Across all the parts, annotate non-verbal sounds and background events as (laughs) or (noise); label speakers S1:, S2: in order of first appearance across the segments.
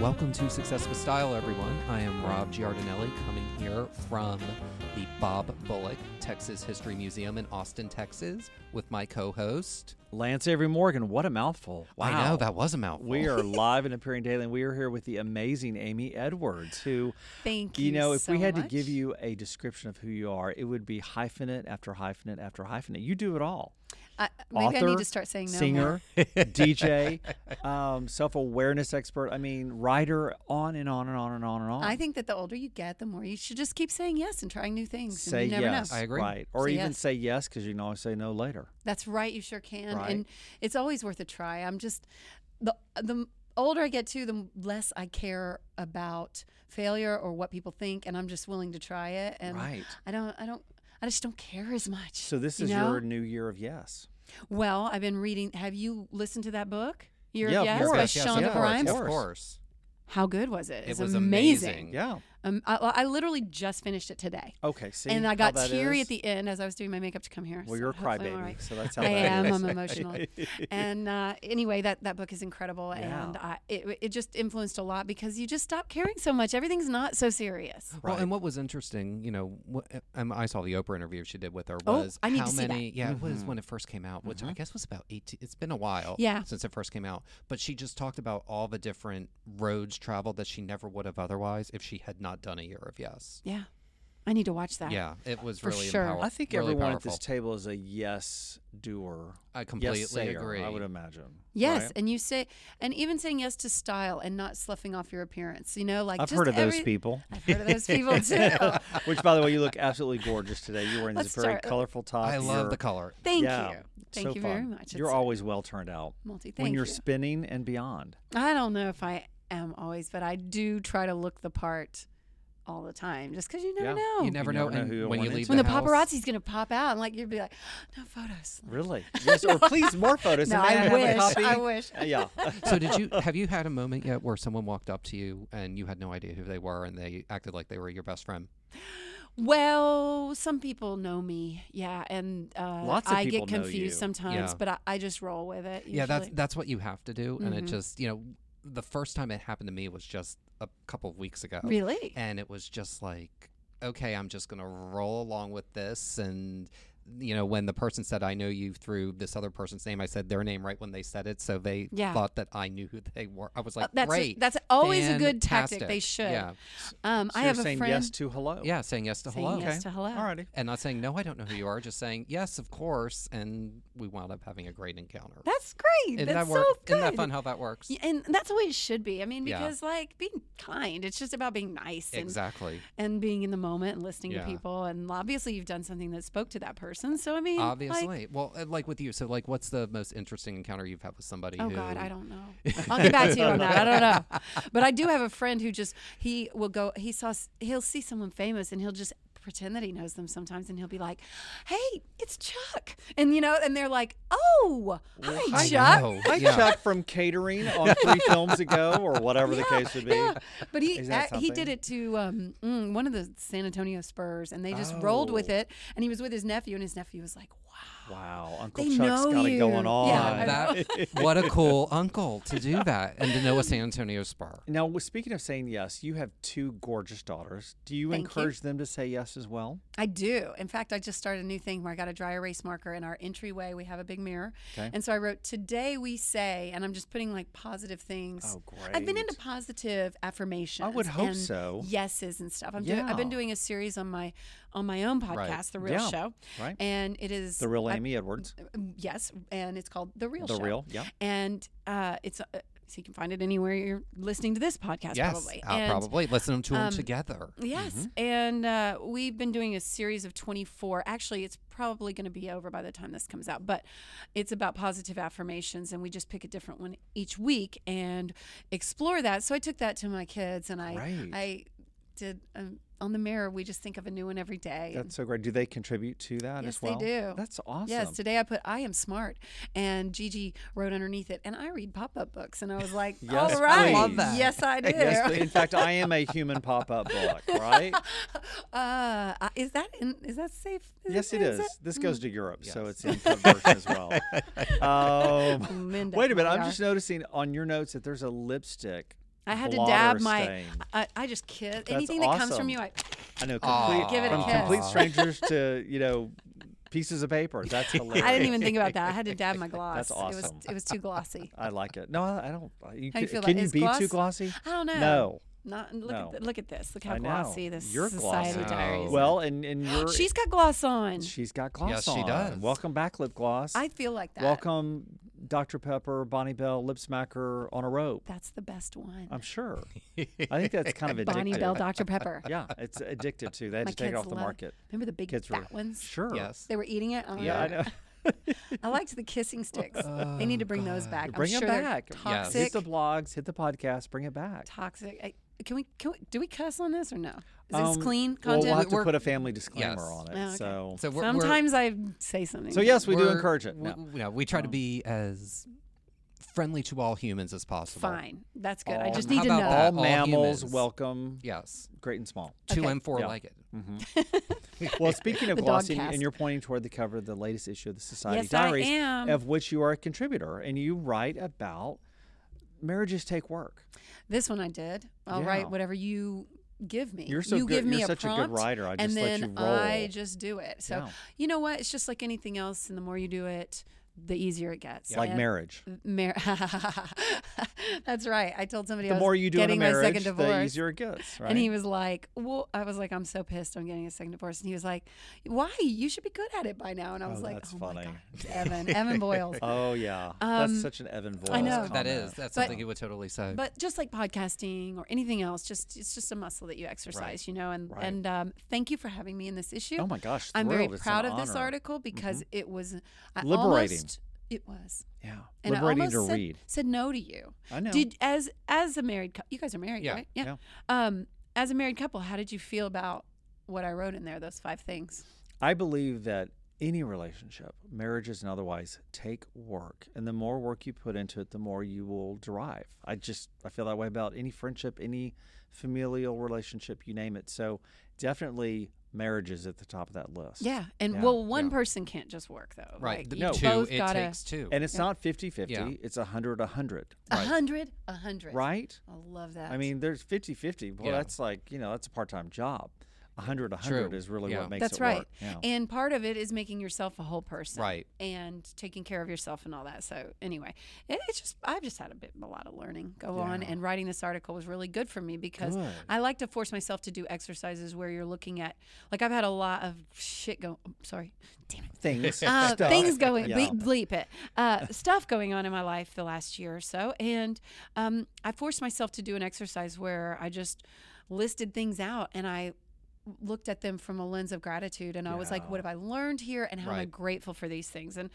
S1: Welcome to Success with Style, everyone. I am Rob Giardinelli coming here from the Bob Bullock Texas History Museum in Austin, Texas, with my co host.
S2: Lance Avery Morgan, what a mouthful. Wow.
S1: I know that was a mouthful.
S2: We are
S3: (laughs)
S2: live and appearing daily, and we are here with the amazing Amy Edwards, who,
S3: Thank
S2: you
S3: you.
S2: know, if
S3: so
S2: we had to
S3: much.
S2: give you a description of who you are, it would be hyphenate after hyphenate after hyphenate. You do it all.
S3: I, maybe I
S2: Author,
S3: need to start saying no more.
S2: Singer, (laughs)
S3: (laughs)
S2: DJ, um, self awareness expert, I mean, writer, on and on and on and on and on.
S3: I think that the older you get, the more you should just keep saying yes and trying new things.
S2: say
S3: and you never
S2: yes.
S3: know.
S1: I agree.
S2: Right. Or
S3: Say
S2: even
S3: yes.
S2: say yes because you can always say no later.
S3: That's right. You sure can.
S2: Right.
S3: And it's always worth a try. I'm just the the older I get too, the less I care about failure or what people think, and I'm just willing to try it. And
S2: Right.
S3: I don't. I don't. I just don't care as much.
S2: So this
S3: you
S2: is
S3: know?
S2: your new year of yes.
S3: Well, I've been reading. Have you listened to that book? Year
S2: Yeah,
S3: of
S2: of
S3: Yes
S2: course.
S3: by
S2: Yes, yes,
S3: Shonda
S2: of course,
S3: Rhimes.
S1: Of course.
S3: How good was it?
S1: It
S3: It's
S1: was amazing.
S2: Yeah.
S3: Um, I, I literally just finished it today.
S2: Okay. See
S3: and I
S2: how
S3: got
S2: that
S3: teary
S2: is?
S3: at the end as I was doing my makeup to come here.
S2: Well,
S3: so
S2: you're a
S3: hopefully
S2: crybaby,
S3: I'm all right.
S2: so that's how
S3: I
S2: that
S3: am.
S2: is.
S3: I'm emotional.
S2: (laughs)
S3: and uh, anyway, that, that book is incredible,
S2: Yeah.
S3: and I, it it just influenced a lot because you just stop caring so much. Everything's not so serious.
S1: Well,
S2: Right.
S1: and what was interesting, you know, what, um, I saw the Oprah interview she did with her
S3: Oh,
S1: was
S3: I need
S1: how
S3: to see that.
S1: many. Yeah, it was when it first came out, which I guess was about eighteen. It's been a while,
S3: Yeah.
S1: since it first came out. But she just talked about all the different roads traveled that she never would have otherwise if she had not done a year of yes.
S3: Yeah, I need to watch that.
S1: Yeah, it was
S3: For
S1: really
S3: sure.
S1: empower-
S2: I think
S1: really
S2: everyone
S1: powerful.
S2: at this table is a yes doer.
S1: I completely
S2: yes sayer,
S1: agree.
S2: I would imagine.
S3: Yes,
S2: right?
S3: and you say, and even saying yes to style and not sloughing off your appearance. You know, like
S2: I've
S3: just
S2: heard of those
S3: every- (laughs)
S2: people.
S3: I've heard of
S2: (laughs)
S3: those people too. (laughs)
S2: Which, by the way, you look absolutely gorgeous today. You're wearing this
S3: Let's
S2: very
S3: start-
S2: colorful top.
S1: I love
S2: You're-
S1: the color.
S3: Thank
S2: yeah,
S3: you. Thank
S2: so
S3: you very
S2: fun.
S3: much.
S2: You're
S3: It's-
S2: always well turned out
S3: multi. Thank
S2: when you're
S3: you.
S2: spinning and beyond.
S3: I don't know if I am always, but I do try to look the part all the time, just because you never
S2: Yeah.
S3: know.
S1: You never
S2: never
S1: know,
S2: know who
S1: and
S2: you'll
S1: when you
S2: run
S1: leave
S3: Oh. when the,
S1: house-
S2: (laughs)
S3: paparazzi's gonna pop out, and like you'd be like, no photos.
S2: Really? (laughs) Yes. Or please more photos.
S3: (laughs) No,
S2: and may
S3: I
S2: have a
S3: wish.
S2: copy?
S3: (laughs) I wish.
S2: Uh, yeah.
S1: so did you have you had a moment yet where someone walked up to you and you had no idea who they were and they acted like they were your best friend?
S3: Well, some people know me, yeah, and uh,
S2: Lots of
S3: I
S2: people
S3: get
S2: know
S3: confused
S2: you.
S3: sometimes,
S1: Yeah.
S3: but I, I just roll with it.
S1: Yeah, that's
S3: usually.
S1: that's what you have to do. And it
S3: Mhm.
S1: just you know, the first time it happened to me was just a couple of weeks ago.
S3: really.
S1: And it was just like, okay, I'm just gonna roll along with this and you know, when the person said I know you through this other person's name, I said their name right when they said it, so they
S3: Yeah.
S1: thought that I knew who (laughs) they were. I was
S3: Uh,
S1: like,
S3: that's
S1: great.
S3: that's always a good
S1: fantastic."
S3: tactic. They should.
S1: Yeah.
S3: Um,
S2: So
S3: I
S2: you're
S3: have a
S2: saying
S3: friend
S2: yes to hello.
S1: Yeah, saying yes to
S3: saying
S1: hello.
S3: yes
S2: Okay.
S3: to hello.
S2: All righty.
S1: and not saying no i don't know who you are just saying yes of course and we wound up having a great encounter
S3: That's great.
S1: isn't that
S3: that's
S1: work
S3: so good.
S1: isn't that fun how that works
S3: Yeah, and that's the way it should be. I mean,
S1: Yeah.
S3: because like being kind, it's just about being nice and
S1: exactly
S3: and being in the moment and listening
S1: Yeah.
S3: to people. And obviously, you've done something that spoke to that person. So I mean, like-
S1: obviously well uh, like with you so like what's the most interesting encounter you've had with somebody
S3: Oh
S1: who
S3: God, I
S1: (laughs)
S3: don't know. I'll get back to you on that. I don't know, but I do have a friend who just he will go. He saw s- he'll see someone famous and he'll just pretend that he knows them sometimes, and he'll be like, "Hey, it's Chuck," and you know, and they're like, "Oh, hi,
S1: I
S3: Chuck."
S1: know,
S2: I
S1: yeah.
S2: Chuck from catering on
S3: (laughs)
S2: three films ago, or whatever the case would be.
S3: Yeah, but
S2: (laughs)
S3: he
S2: Is that
S3: uh, he did
S2: something?
S3: it to um, mm, one of the San Antonio Spurs, and they just rolled with
S2: Oh.
S3: it. And he was with his nephew, and his nephew was like, "Wow,
S2: Wow, Uncle
S3: They
S2: Chuck's
S3: know
S2: got it going
S3: you.
S2: on.
S3: Yeah, I
S1: that, (laughs) what a cool uncle to do that and to know a san antonio spar
S2: Now, w- speaking of saying yes, you have two gorgeous daughters. Do you
S3: Thank you.
S2: encourage them to say yes as well?
S3: I do." In fact, I just started a new thing where I got a dry erase marker in our entryway. We have a big mirror,
S2: Okay.
S3: and so I wrote, "Today we say," and I'm just putting like positive things.
S2: Oh, great.
S3: I've been into positive affirmations.
S2: hope
S3: and
S2: so.
S3: Yeses and stuff. I'm doing, I've been
S2: Yeah.
S3: doing a series on my on my own podcast, The Real
S2: Yeah,
S3: Show,
S2: right.
S3: and it is
S2: the real
S3: I-
S2: Amy Edwards.
S3: Yes, and it's called The Real
S2: The
S3: Show.
S2: real, yeah.
S3: and uh, it's uh, so you can find it anywhere you're listening to this podcast
S1: yes
S3: probably.
S1: uh,
S3: And-
S1: probably Mm-hmm. listen to them
S3: um,
S1: together
S3: Yes, and uh, we've been doing a series of 24. Actually, it's probably going to be over by the time this comes out, but it's about positive affirmations, and we just pick a different one each week and explore that. So I took that to my kids, and I
S2: Right.
S3: I did um, on the mirror. We just think of a new one every day.
S2: That's so great. Do they contribute to that
S3: Yes,
S2: as
S3: they
S2: well?
S3: do.
S2: That's awesome.
S3: Yes, today I put I am smart, and Gigi wrote underneath it, and I read pop up books, and I was like,
S2: (laughs) Yes,
S3: all right,
S2: I love
S1: that.
S2: (laughs)
S3: yes I do.
S2: Yes, they- in fact, I am a human pop-up book, right?
S3: (laughs) Uh, I- is that in, is that safe?
S2: Yes, it is. This goes to Europe, so
S1: Yes.
S2: it's in conversion as
S3: (laughs)
S2: well. Um,
S3: Linda,
S2: wait a minute. (laughs)
S3: here we
S2: I'm
S3: are.
S2: just noticing on your notes that there's a lipstick.
S3: I had to
S2: blotter
S3: dab my.
S2: stain.
S3: I, I just kiss anything that comes
S2: awesome.
S3: from
S2: (laughs)
S3: you. I
S2: I know.
S1: Aw.
S2: Complete,
S3: Give it a
S2: from
S3: kiss.
S2: complete strangers to you know pieces of
S3: (laughs)
S2: paper. That's hilarious.
S3: I didn't even think about that. I had
S2: (laughs)
S3: to dab my gloss. It
S2: awesome.
S3: was it was
S2: (laughs)
S3: too glossy.
S2: I like it. No, I, I don't. uh, You,
S3: How
S2: ca-
S3: you feel about-
S2: can you
S3: is
S2: be too
S3: gloss-
S2: glossy?
S3: I don't know.
S2: No.
S3: Not look
S2: No.
S3: at th- look at this. Look how
S2: I know.
S3: glossy this
S2: You're
S3: society
S2: glossy.
S3: diaries.
S2: Well, and and you're
S3: she's got gloss on.
S2: she's got gloss
S1: Yes, she
S2: on.
S1: does.
S2: Welcome back, lip gloss.
S3: I uh, feel like that.
S2: Welcome, Dr Pepper, Bonnie Bell, Lip Smacker on a rope.
S3: That's the best one.
S2: I'm sure. I think that's kind of addictive.
S3: (laughs) Bonnie Bell, Dr Pepper.
S2: Yeah, it's addictive too. They had
S3: My
S2: to take
S3: kids
S2: it off the
S3: love-
S2: market.
S3: Remember the big
S2: Kids were
S3: fat ones?
S2: sure.
S1: Yes.
S3: They were eating it. Oh,
S2: Yeah, I know. (laughs)
S3: I liked the kissing sticks. they need to bring those back.
S2: Bring
S3: I'm
S2: it
S3: sure they're
S2: back.
S1: Yes.
S3: Toxic.
S2: Hit the blogs, hit the podcast, bring it back.
S3: toxic. I, can we, can we? Do we cuss on this or no? Is this
S2: Um,
S3: clean
S2: Well,
S3: content?
S2: we'll have to
S1: We're-
S2: put a family disclaimer on it.
S3: Oh, okay.
S2: So,
S1: So we're, we're-
S3: Sometimes I say something.
S2: so yes, we do
S1: we're-
S2: encourage it.
S1: We,
S2: No.
S1: no, we try to
S3: Oh.
S1: be as friendly to all humans as possible.
S3: Fine, that's good. I
S2: All-
S3: just
S1: how
S3: need to know.
S1: about that?
S2: All
S1: all
S2: mammals
S1: humans.
S2: welcome,
S1: Yes.
S2: great and
S3: (laughs)
S2: small.
S1: Two
S3: Okay.
S1: and four
S2: Yeah.
S1: legged.
S2: Well, speaking of
S3: The dog
S2: glossy, and-
S3: cast.
S2: and you're pointing toward the cover of the latest issue of the Society
S3: Yes, I
S2: Diaries,
S3: am.
S2: of which you are a contributor, and you write about marriages take work.
S3: This one I did. I'll
S2: Yeah.
S3: write whatever you give me.
S2: You're so
S3: you
S2: good-
S3: give me
S2: you're
S3: a
S2: such a good
S3: prompt,
S2: writer. I just
S3: and
S2: let
S3: then
S2: you roll.
S3: I just do it. So
S2: Yeah.
S3: you know what? It's just like anything else, and the more you do it, the easier it gets.
S2: Like
S3: And
S2: marriage.
S3: Mar- (laughs) That's right. I told somebody
S2: The
S3: I was
S2: more you do in a
S3: getting my
S2: marriage,
S3: second divorce.
S2: the easier it gets. Right?
S3: And (laughs) he was like, "Well," I was like, "I'm so pissed. I'm getting a second divorce." And he was like, "Why? You should be good at it by now." And I was like,
S2: that's
S3: "Oh my
S2: funny.
S3: god, Evan,
S2: (laughs)
S3: Evan Boyles."
S2: oh yeah,
S3: Um,
S2: that's such an Evan Voice.
S3: I know.
S1: That is. That's
S3: Oh. But-
S1: something you would totally say.
S3: But just like podcasting or anything else, just it's just a muscle that you exercise, you know. And
S2: Right.
S3: and um, thank you for having me in this issue.
S2: Oh my gosh,
S3: I'm very
S2: thrilled. It's an
S3: proud of this
S2: honor. Mm-hmm.
S3: article because it was I
S2: Liberating.
S3: almost- it was,
S2: Yeah,
S3: and I
S2: liberating to
S3: almost said,
S2: read.
S3: said no to you.
S2: I know.
S3: Did as as a married couple, you guys are married,
S1: Yeah.
S3: right? Um, as a married couple, how did you feel about what I wrote in there? Those five things.
S2: I believe that any relationship, marriages and otherwise, take work. And the more work you put into it, the more you will derive. I just, I feel that way about any friendship, any familial relationship, you name it. So definitely marriage is at the top of that list.
S3: Yeah, and
S2: Yeah,
S3: well, one person can't just work though.
S1: Right.
S3: Like,
S1: The
S3: you
S2: No.
S1: Two,
S3: both
S1: it
S3: gotta
S1: takes two.
S2: And it's not 50 50,
S1: Yeah.
S2: it's 100 100.
S3: a hundred, a hundred.
S2: Right?
S3: I love that.
S2: I mean, there's 50 50. Well,
S1: Yeah.
S2: that's like, you know, that's a part time job. 100 100
S1: True.
S2: is really
S1: Yeah.
S2: what makes
S3: that's
S2: it
S3: right.
S2: work. Yeah.
S3: And part of it is making yourself a whole person,
S1: Right.
S3: And taking care of yourself and all that. So anyway, it, it's just I've just had a bit a lot of learning go on, and writing this article was really good for me because
S2: Good.
S3: I like to force myself to do exercises where you're looking at like I've had a lot of shit go. I'm sorry, damn it.
S2: (laughs) Things.
S3: (laughs) uh,
S2: stuff.
S3: things going
S2: Yeah.
S3: bleep, bleep it uh, stuff going on in my life the last year or so and um, i forced myself to do an exercise where i just listed things out and i looked at them from a lens of gratitude and i was like what have i learned here and how am i
S1: Right.
S3: grateful for these things and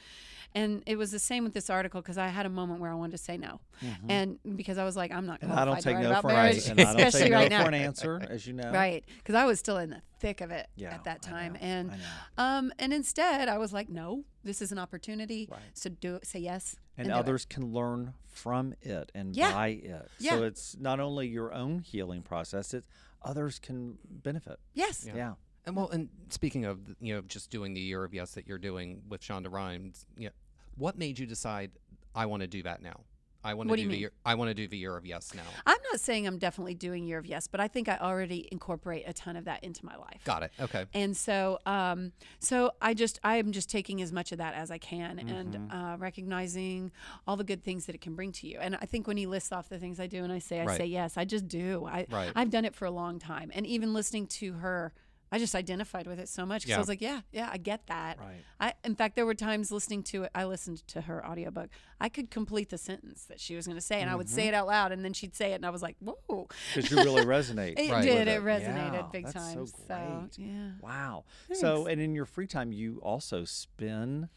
S3: and it was the same with this article because i had a moment where i wanted to say no
S2: Mm-hmm.
S3: and because i was like i'm not
S2: Hmm. And
S3: going
S2: I don't
S3: to
S2: take
S3: write
S2: no
S3: about
S2: for an
S3: (laughs) marriage
S2: answer. And I don't
S3: especially
S2: take no
S3: right now
S2: for an answer,
S3: (laughs)
S2: as you know.
S3: Right, because I was still in the thick of it
S2: Yeah,
S3: at that
S2: I
S3: time,
S2: know,
S3: and
S2: I know.
S3: um, and instead I was like, no, this is an opportunity,
S2: Right.
S3: so do say yes,
S2: and,
S3: do it.
S2: others can learn from it and
S3: Yeah.
S2: by it. So
S3: Yeah.
S2: it's not only your own healing process; it's others can benefit.
S3: yes,
S2: Yeah,
S1: And well, and speaking of th- you know just doing the year of yes that you're doing with Shonda Rhimes, you know, what made you decide I want to do that now? I want to
S3: What
S1: do,
S3: do you
S1: the
S3: mean?
S1: year. I want to do the year of yes now.
S3: I'm not saying I'm definitely doing year of yes, but I think I already incorporate a ton of that into my life.
S1: Got it.
S3: (laughs)
S1: Okay.
S3: And so, um, so I just I am just taking as much of that as I can, and
S1: Mm-hmm.
S3: uh, recognizing all the good things that it can bring to you. And I think when he lists off the things I do, and I say I
S1: Right.
S3: say yes, I just do. I
S1: Right.
S3: I've done it for a long time, and even listening to her, I just identified with it so much because
S1: Yeah.
S3: I was like, yeah, yeah, I get that.
S2: Right.
S3: I in fact there were times listening to it. I listened to her audiobook. I could complete the sentence that she was going to say, and I would
S2: Mm-hmm.
S3: say it out loud, and then she'd say it, and I was like, whoa.
S2: because you
S3: (laughs)
S2: really resonate.
S3: It
S1: Right.
S3: did.
S2: with
S3: It resonated
S2: Yeah,
S3: big
S2: that's
S3: time.
S2: So great.
S3: yeah.
S2: Wow. So, and in your free time, you also spin.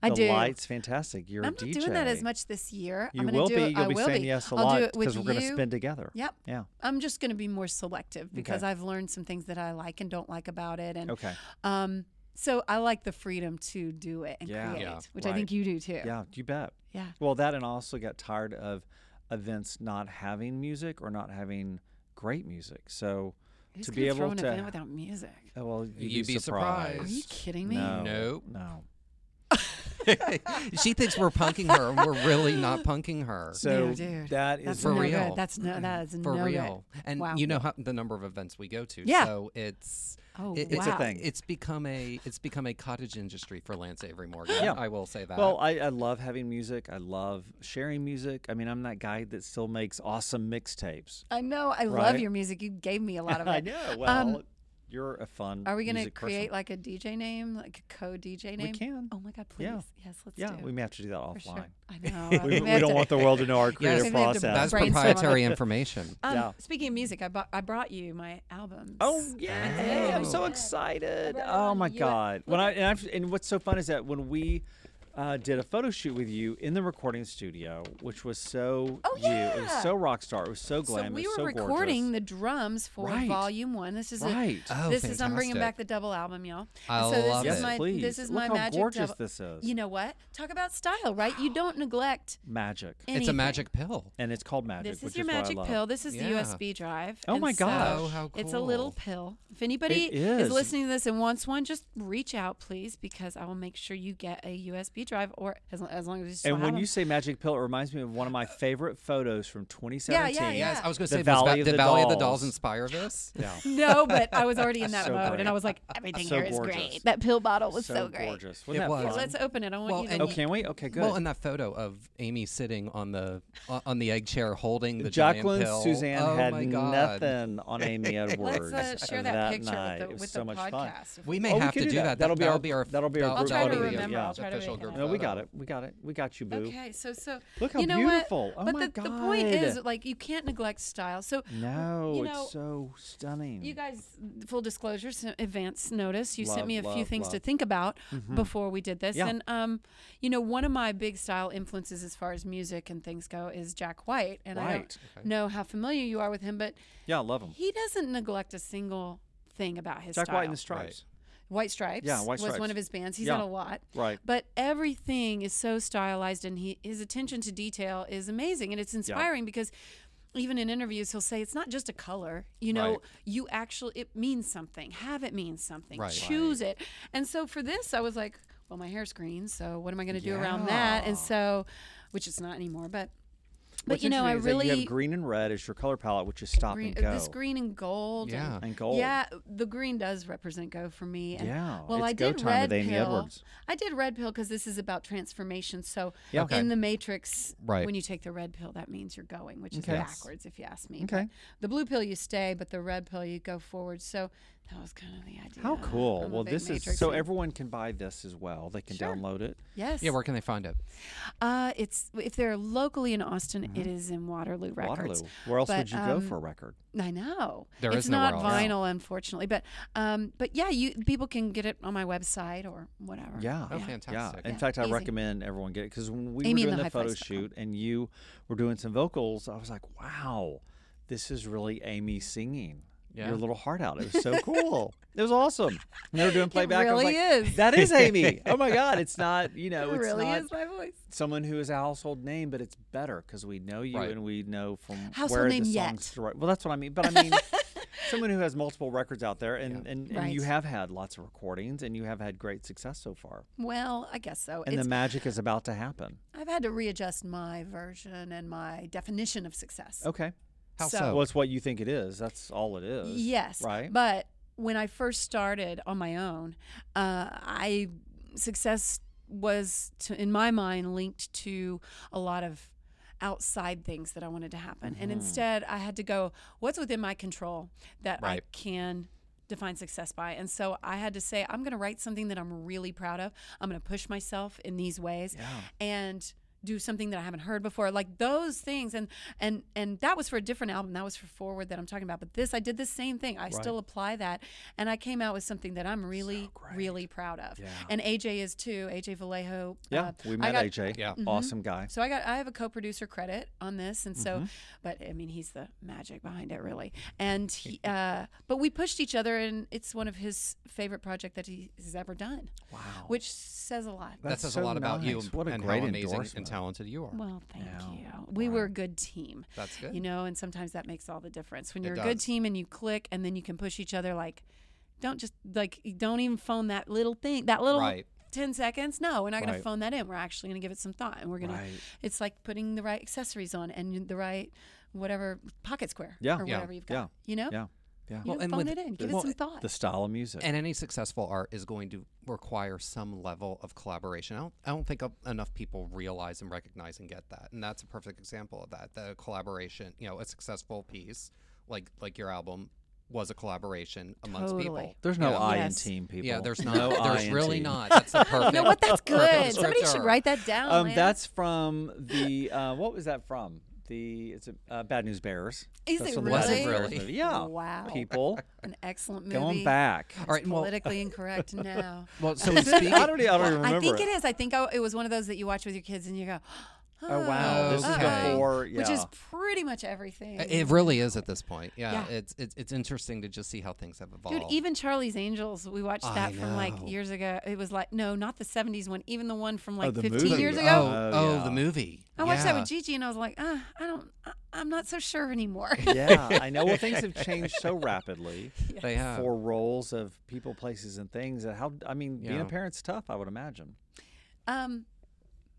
S3: I
S2: the
S3: do.
S2: Lights, fantastic. You're
S3: I'm
S2: a
S3: not
S2: DJ.
S3: doing that as much this year.
S2: You
S3: I'm gonna
S2: will
S3: do
S2: be.
S3: It,
S2: You'll
S3: I
S2: be
S3: will
S2: saying
S3: be.
S2: yes a
S3: I'll
S2: lot
S3: do it with
S2: we're going to
S3: you.
S2: spin together.
S3: Yep.
S2: Yeah.
S3: I'm just going to be more selective because I've learned some things that I like and don't like about it, and
S2: Okay.
S3: um, so I like the freedom to do it and
S2: Yeah.
S3: create,
S1: Yeah,
S3: which
S2: right.
S3: I think you do too.
S2: Yeah. You bet.
S3: Yeah.
S2: Well, that and I also got tired of events not having music or not having great music. So
S3: Who's
S2: to
S3: gonna
S2: be able
S3: throw an
S2: to
S3: event without music?
S2: Oh, Well, you'd,
S1: You'd
S2: be,
S1: be
S3: Are
S2: surprised.
S3: you kidding me?
S2: No.
S1: Nope.
S2: No.
S1: she thinks we're punking her, and we're really not punking
S3: (laughs)
S1: her.
S2: So
S3: dude.
S2: that
S3: That's
S2: is
S1: For
S3: no
S1: real.
S3: good. That's no. That's
S1: for
S3: no
S1: real. And
S3: Wow.
S1: you know how the number of events we go to.
S3: Yeah.
S1: So it's
S3: Good. Oh,
S1: it-
S3: wow.
S2: It's a thing.
S1: It's become a it's become a cottage industry for Lance Avery Morgan.
S2: Yeah.
S1: I will say that.
S2: Well, I, I love having music. I love sharing music. I mean, I'm that guy that still makes awesome mixtapes.
S3: I know. I love
S2: Right?
S3: your music. You gave me
S2: (laughs)
S3: a lot of it. Um,
S2: I know. Well, you're a fun.
S3: Are we going to
S2: music person.
S3: create like a DJ name, like a co DJ name?
S2: We can.
S3: Oh my God, please.
S2: Yeah.
S3: Yes, let's
S2: yeah,
S3: do
S2: we may have to do that
S3: For
S2: offline.
S3: sure.
S2: (laughs)
S3: I know.
S2: We,
S3: We
S2: we
S3: have
S2: don't
S3: to-
S2: want the world to know
S3: (laughs)
S2: our creative
S1: Maybe
S3: we have to
S2: process.
S1: that's
S3: brainstorm on
S1: proprietary
S3: it.
S1: information.
S3: Um,
S2: Yeah.
S3: Speaking of music, I, bought, I brought you my albums.
S2: Oh yeah, I'm
S1: Oh.
S2: so excited! Oh my god! When I and, I've, and what's so fun is that when we uh, did a photo shoot with you in the recording studio, which was so
S3: Oh,
S2: you, it was
S3: yeah.
S2: so rock star, it was so glam,
S3: so
S2: it
S3: we
S2: was
S3: were
S2: so
S3: recording the drums for
S2: Right.
S3: Volume One. This is
S2: gorgeous. right.
S3: a,
S1: Oh,
S3: this is I'm bringing back
S1: fantastic.
S3: the double album, y'all.
S1: I
S3: so this
S1: love
S3: is
S1: it.
S3: my
S2: please.
S3: this is
S2: Look
S3: my
S2: how
S3: magic
S2: gorgeous
S3: double.
S2: this is.
S3: You know what? Talk about style, right? You don't neglect.
S2: magic,
S1: It's a
S3: anything.
S1: magic pill.
S2: and it's called magic.
S3: This
S2: which
S3: is your
S2: why I
S3: magic
S2: love.
S3: pill. This is
S1: Yeah.
S3: the USB drive.
S2: Oh
S3: And
S2: my
S3: so
S2: gosh.
S1: Oh, how
S3: It's a little
S1: cool.
S3: pill. If anybody
S2: It
S3: is
S2: is.
S3: listening to this and wants one, just reach out, please, because I will make sure you get a USB drive or as, as long as you still
S2: And
S3: have
S2: when you
S3: them.
S2: say magic pill, it reminds me of one of my favorite photos from 2017.
S3: yeah.
S1: Yes, I was going to
S2: The
S1: say, does,
S2: Valley
S1: Va-
S2: of
S1: did
S2: the
S1: Valley of the Dolls
S2: Dolls.
S1: inspire
S2: (laughs)
S1: this?
S2: Yeah.
S3: No, but I
S2: (laughs)
S3: was already in that
S2: So
S3: mode,
S2: great.
S3: and I was like, everything
S2: So
S3: here is
S2: gorgeous.
S3: great. That pill bottle was so, great.
S2: gorgeous. Wasn't
S1: It
S2: that
S1: was.
S3: Here,
S2: fun?
S3: let's open it. I want
S1: Well,
S3: you
S1: and-
S3: to.
S2: oh, can we? Okay,
S1: (laughs)
S2: good.
S1: Well, and that photo of Amy sitting on the o- on the egg chair holding the giant
S2: Jacqueline
S1: pill.
S2: Suzanne
S1: oh
S2: had
S1: my God.
S2: nothing on Amy Edwards
S3: (laughs) Let's uh, share
S2: of
S3: that,
S2: that
S3: picture
S2: night.
S3: with the,
S2: it was
S3: with
S2: so
S3: the
S2: much fun.
S3: podcast. if we-
S1: We may
S2: Oh, we
S1: have
S2: could
S1: to
S2: do
S1: do
S2: that.
S1: that.
S2: That'll be our-
S1: our
S2: that'll be our
S1: that'll
S2: group
S1: be
S2: photo.
S1: the,
S2: Remember,
S1: yeah,
S2: I'll
S3: try to
S1: official
S3: make it
S1: group
S2: No, we
S1: photo.
S2: got it. We got it. We got you, boo.
S3: Okay, so so
S2: Look how
S3: you know
S2: beautiful.
S3: What?
S2: Oh
S3: but
S2: my
S3: the, the point is,
S2: God.
S3: like, you can't neglect style. So
S2: No,
S3: you know,
S2: it's so stunning.
S3: You guys, full disclosure, s- advance notice. You sent
S2: Love,
S3: me a few
S2: love,
S3: things to
S2: love. Mm-hmm.
S3: think about before we did this,
S2: Yeah.
S3: and um, you know, one of my big style influences as far as music and things go is Jack White, and I
S2: Right.
S3: don't know how familiar you are with him, but
S2: yeah, I love them.
S3: he doesn't neglect a single thing about his
S2: Jack
S3: style.
S2: White and the Stripes.
S3: White Stripes,
S2: Yeah, White
S3: was one
S2: Stripes.
S3: of his bands. He's
S2: Yeah.
S3: had a lot,
S2: Right.
S3: but everything is so stylized, and he his attention to detail is amazing, and it's inspiring because even in interviews he'll say it's not just a color. You know,
S2: Right.
S3: you actually it means something. Have it mean something.
S1: Right.
S3: Choose it. And so for this, I was like, well, my hair's green, so what am I going to do around that? And so, which it's not anymore, but but
S2: What's
S3: you know, I
S2: interesting is that
S3: really
S2: you have green and red as your color palette, which is stop
S3: green, uh,
S2: and go.
S3: this green and gold. and-
S1: Yeah.
S2: and gold.
S3: yeah, the green does represent go for me. And,
S2: Yeah,
S3: Well,
S2: it's
S3: I
S2: go
S3: did
S2: time
S3: red
S2: with Amy
S3: pill.
S2: Edwards.
S3: I did red pill because this is about transformation. So
S2: Yeah.
S1: Okay.
S3: in the Matrix,
S1: Right.
S3: when you take the red pill, that means you're going, which is
S2: Okay. Yes.
S3: backwards if you ask me.
S2: Okay.
S3: But The blue pill you stay, but the red pill you go forward. So that was kind of the idea.
S2: How cool.
S3: I'm a
S2: Well,
S3: big
S2: this
S3: Matrix
S2: is so
S3: fan.
S2: everyone can buy this as well. They can download it.
S3: Yes.
S1: Yeah, where can they find it?
S3: uh, it's if they're locally in Austin, it is in Waterloo Records.
S2: Mm-hmm. Waterloo. Where else
S3: But,
S2: would you go
S3: um,
S2: for a record?
S3: I know.
S1: There
S3: it's
S1: is nowhere
S3: not
S1: else.
S3: vinyl, unfortunately, but um, but yeah, you people can get it on my website or whatever.
S2: Yeah.
S1: Oh,
S2: Yeah.
S1: fantastic.
S2: In
S3: Yeah,
S2: fact, I
S3: easy.
S2: recommend everyone get it because when we
S3: Amy
S2: were
S3: and
S2: doing
S3: the
S2: the, photo
S3: Hi-Fi Style.
S2: shoot and you were doing some vocals, I was like, wow, this is really Amy singing.
S1: Yeah.
S2: Your little heart out. It was so
S3: (laughs)
S2: cool. It was awesome. And they were doing playback. I was
S3: really
S2: like,
S3: is.
S2: That is
S3: (laughs)
S2: Amy. Oh my God. It's not, you know,
S3: it
S2: Oh, it's
S3: really
S2: not
S3: is my voice.
S2: someone who is a household name, but it's better because we know you
S1: Right.
S2: and we know from
S3: Household
S2: where
S3: name
S2: the
S3: yet.
S2: songs deri- Well, that's what I mean. But I
S3: (laughs)
S2: mean, someone who has multiple records out there, and, and, and you
S3: Right.
S2: have had lots of recordings, and you have had great success so far.
S3: Well, I guess so.
S2: And
S3: It's,
S2: the magic is about to happen.
S3: I've had to readjust my version and my definition of success.
S2: Okay.
S1: How
S3: So-
S1: so?
S2: Well, it's what you think it is. That's all it is.
S3: Yes.
S2: Right.
S3: But when I first started on my own, uh, I success was to, in my mind linked to a lot of outside things that I wanted to happen, and instead I had to go what's within my control that I
S1: Right.
S3: can define success by. And so I had to say I'm going to write something that I'm really proud of. I'm going to push myself in these ways and do something that I haven't heard before. Like those things and and and that was for a different album. That was for Forward that I'm talking about. But this I did the same thing. I still apply that and I came out with something that I'm really really proud of. And AJ is too. AJ Vallejo.
S2: yeah.
S3: uh,
S2: we
S3: I
S2: met
S3: got- Mm-hmm.
S2: AJ.
S1: Yeah.
S2: Awesome guy.
S3: so I got I have a co-producer credit on this, and so, but I mean he's the magic behind it, really. And he, uh, but we pushed each other, and it's one of his favorite project that he has ever done. Wow, which says a lot.
S1: that
S2: That's
S1: says
S2: so
S1: a lot about you
S2: nice. What a
S1: and
S2: great
S1: how amazing and
S2: endorsement.
S1: talented you are.
S3: Well, thank you. We were a good team.
S1: That's good.
S3: You know, and sometimes that makes all the difference. When you're a good
S1: does.
S3: team and you click, and then you can push each other. Like, don't just like don't even phone that little thing. That little
S1: Right.
S3: 10 seconds? No, we're not going
S2: Right.
S3: to phone that in. We're actually going to give it some thought. And we're going
S2: Right.
S3: to, it's like putting the right accessories on and the right, whatever, pocket square
S2: Yeah.
S3: or
S1: Yeah.
S3: whatever you've got. You know?
S2: Yeah. Yeah.
S3: You
S1: Well,
S3: don't
S1: and
S3: phone
S1: with
S3: it in. Give
S1: well,
S3: it some thought.
S2: The style of music.
S1: And any successful art is going to require some level of collaboration. I don't, I don't think enough people realize and recognize and get that. And that's a perfect example of that. The collaboration, you know, a successful piece like like your album was a collaboration amongst
S3: Totally.
S1: people.
S2: there's no
S1: Yeah.
S2: I in
S3: Yes.
S2: team people.
S1: Yeah, there's not.
S2: (laughs) No I
S1: there's
S2: in
S1: really
S2: team.
S1: not. That's
S3: (laughs)
S1: the perfect.
S3: you know what? That's
S1: perfect
S3: good. Somebody should
S1: descriptor.
S3: write that down.
S2: Um,
S3: Lance.
S2: that's from the uh, what was that from? The it's a, uh, Bad News Bears.
S3: Is
S2: That's
S3: it
S2: from the Bad News
S1: really?
S2: Bears
S1: Really?
S2: movie. Yeah.
S3: Wow. (laughs)
S2: People
S3: an excellent movie.
S2: going back.
S1: All right. Well,
S3: Politically incorrect now.
S1: well
S3: (laughs)
S1: so
S2: (laughs) I don't,
S1: speaking,
S2: I don't even remember.
S3: I think it is. I think I, it was one of those that you watch with your kids and you go, oh,
S2: Oh wow, this
S1: Okay.
S2: is before. Yeah.
S3: Which is pretty much everything.
S1: it really is at this point. Yeah,
S3: Yeah.
S1: It's, it's it's interesting to just see how things have evolved.
S3: Dude, even Charlie's Angels, we watched
S1: I
S3: that from like
S1: know.
S3: years ago. It was like, no, not the 70s one, even the one from like
S2: the
S3: 15
S2: movie.
S3: years
S1: oh,
S3: ago.
S1: Oh,
S2: Oh, yeah.
S1: the movie.
S3: I watched that
S1: Yeah.
S3: with Gigi and I was like, ah, I don't, I, I'm not so sure
S1: (laughs)
S3: anymore.
S2: yeah, I know. Well, things have changed so rapidly
S1: They have.
S2: for roles of people, places, and things. And how I mean, being
S1: Yeah.
S2: a parent's tough. I would imagine.
S3: um,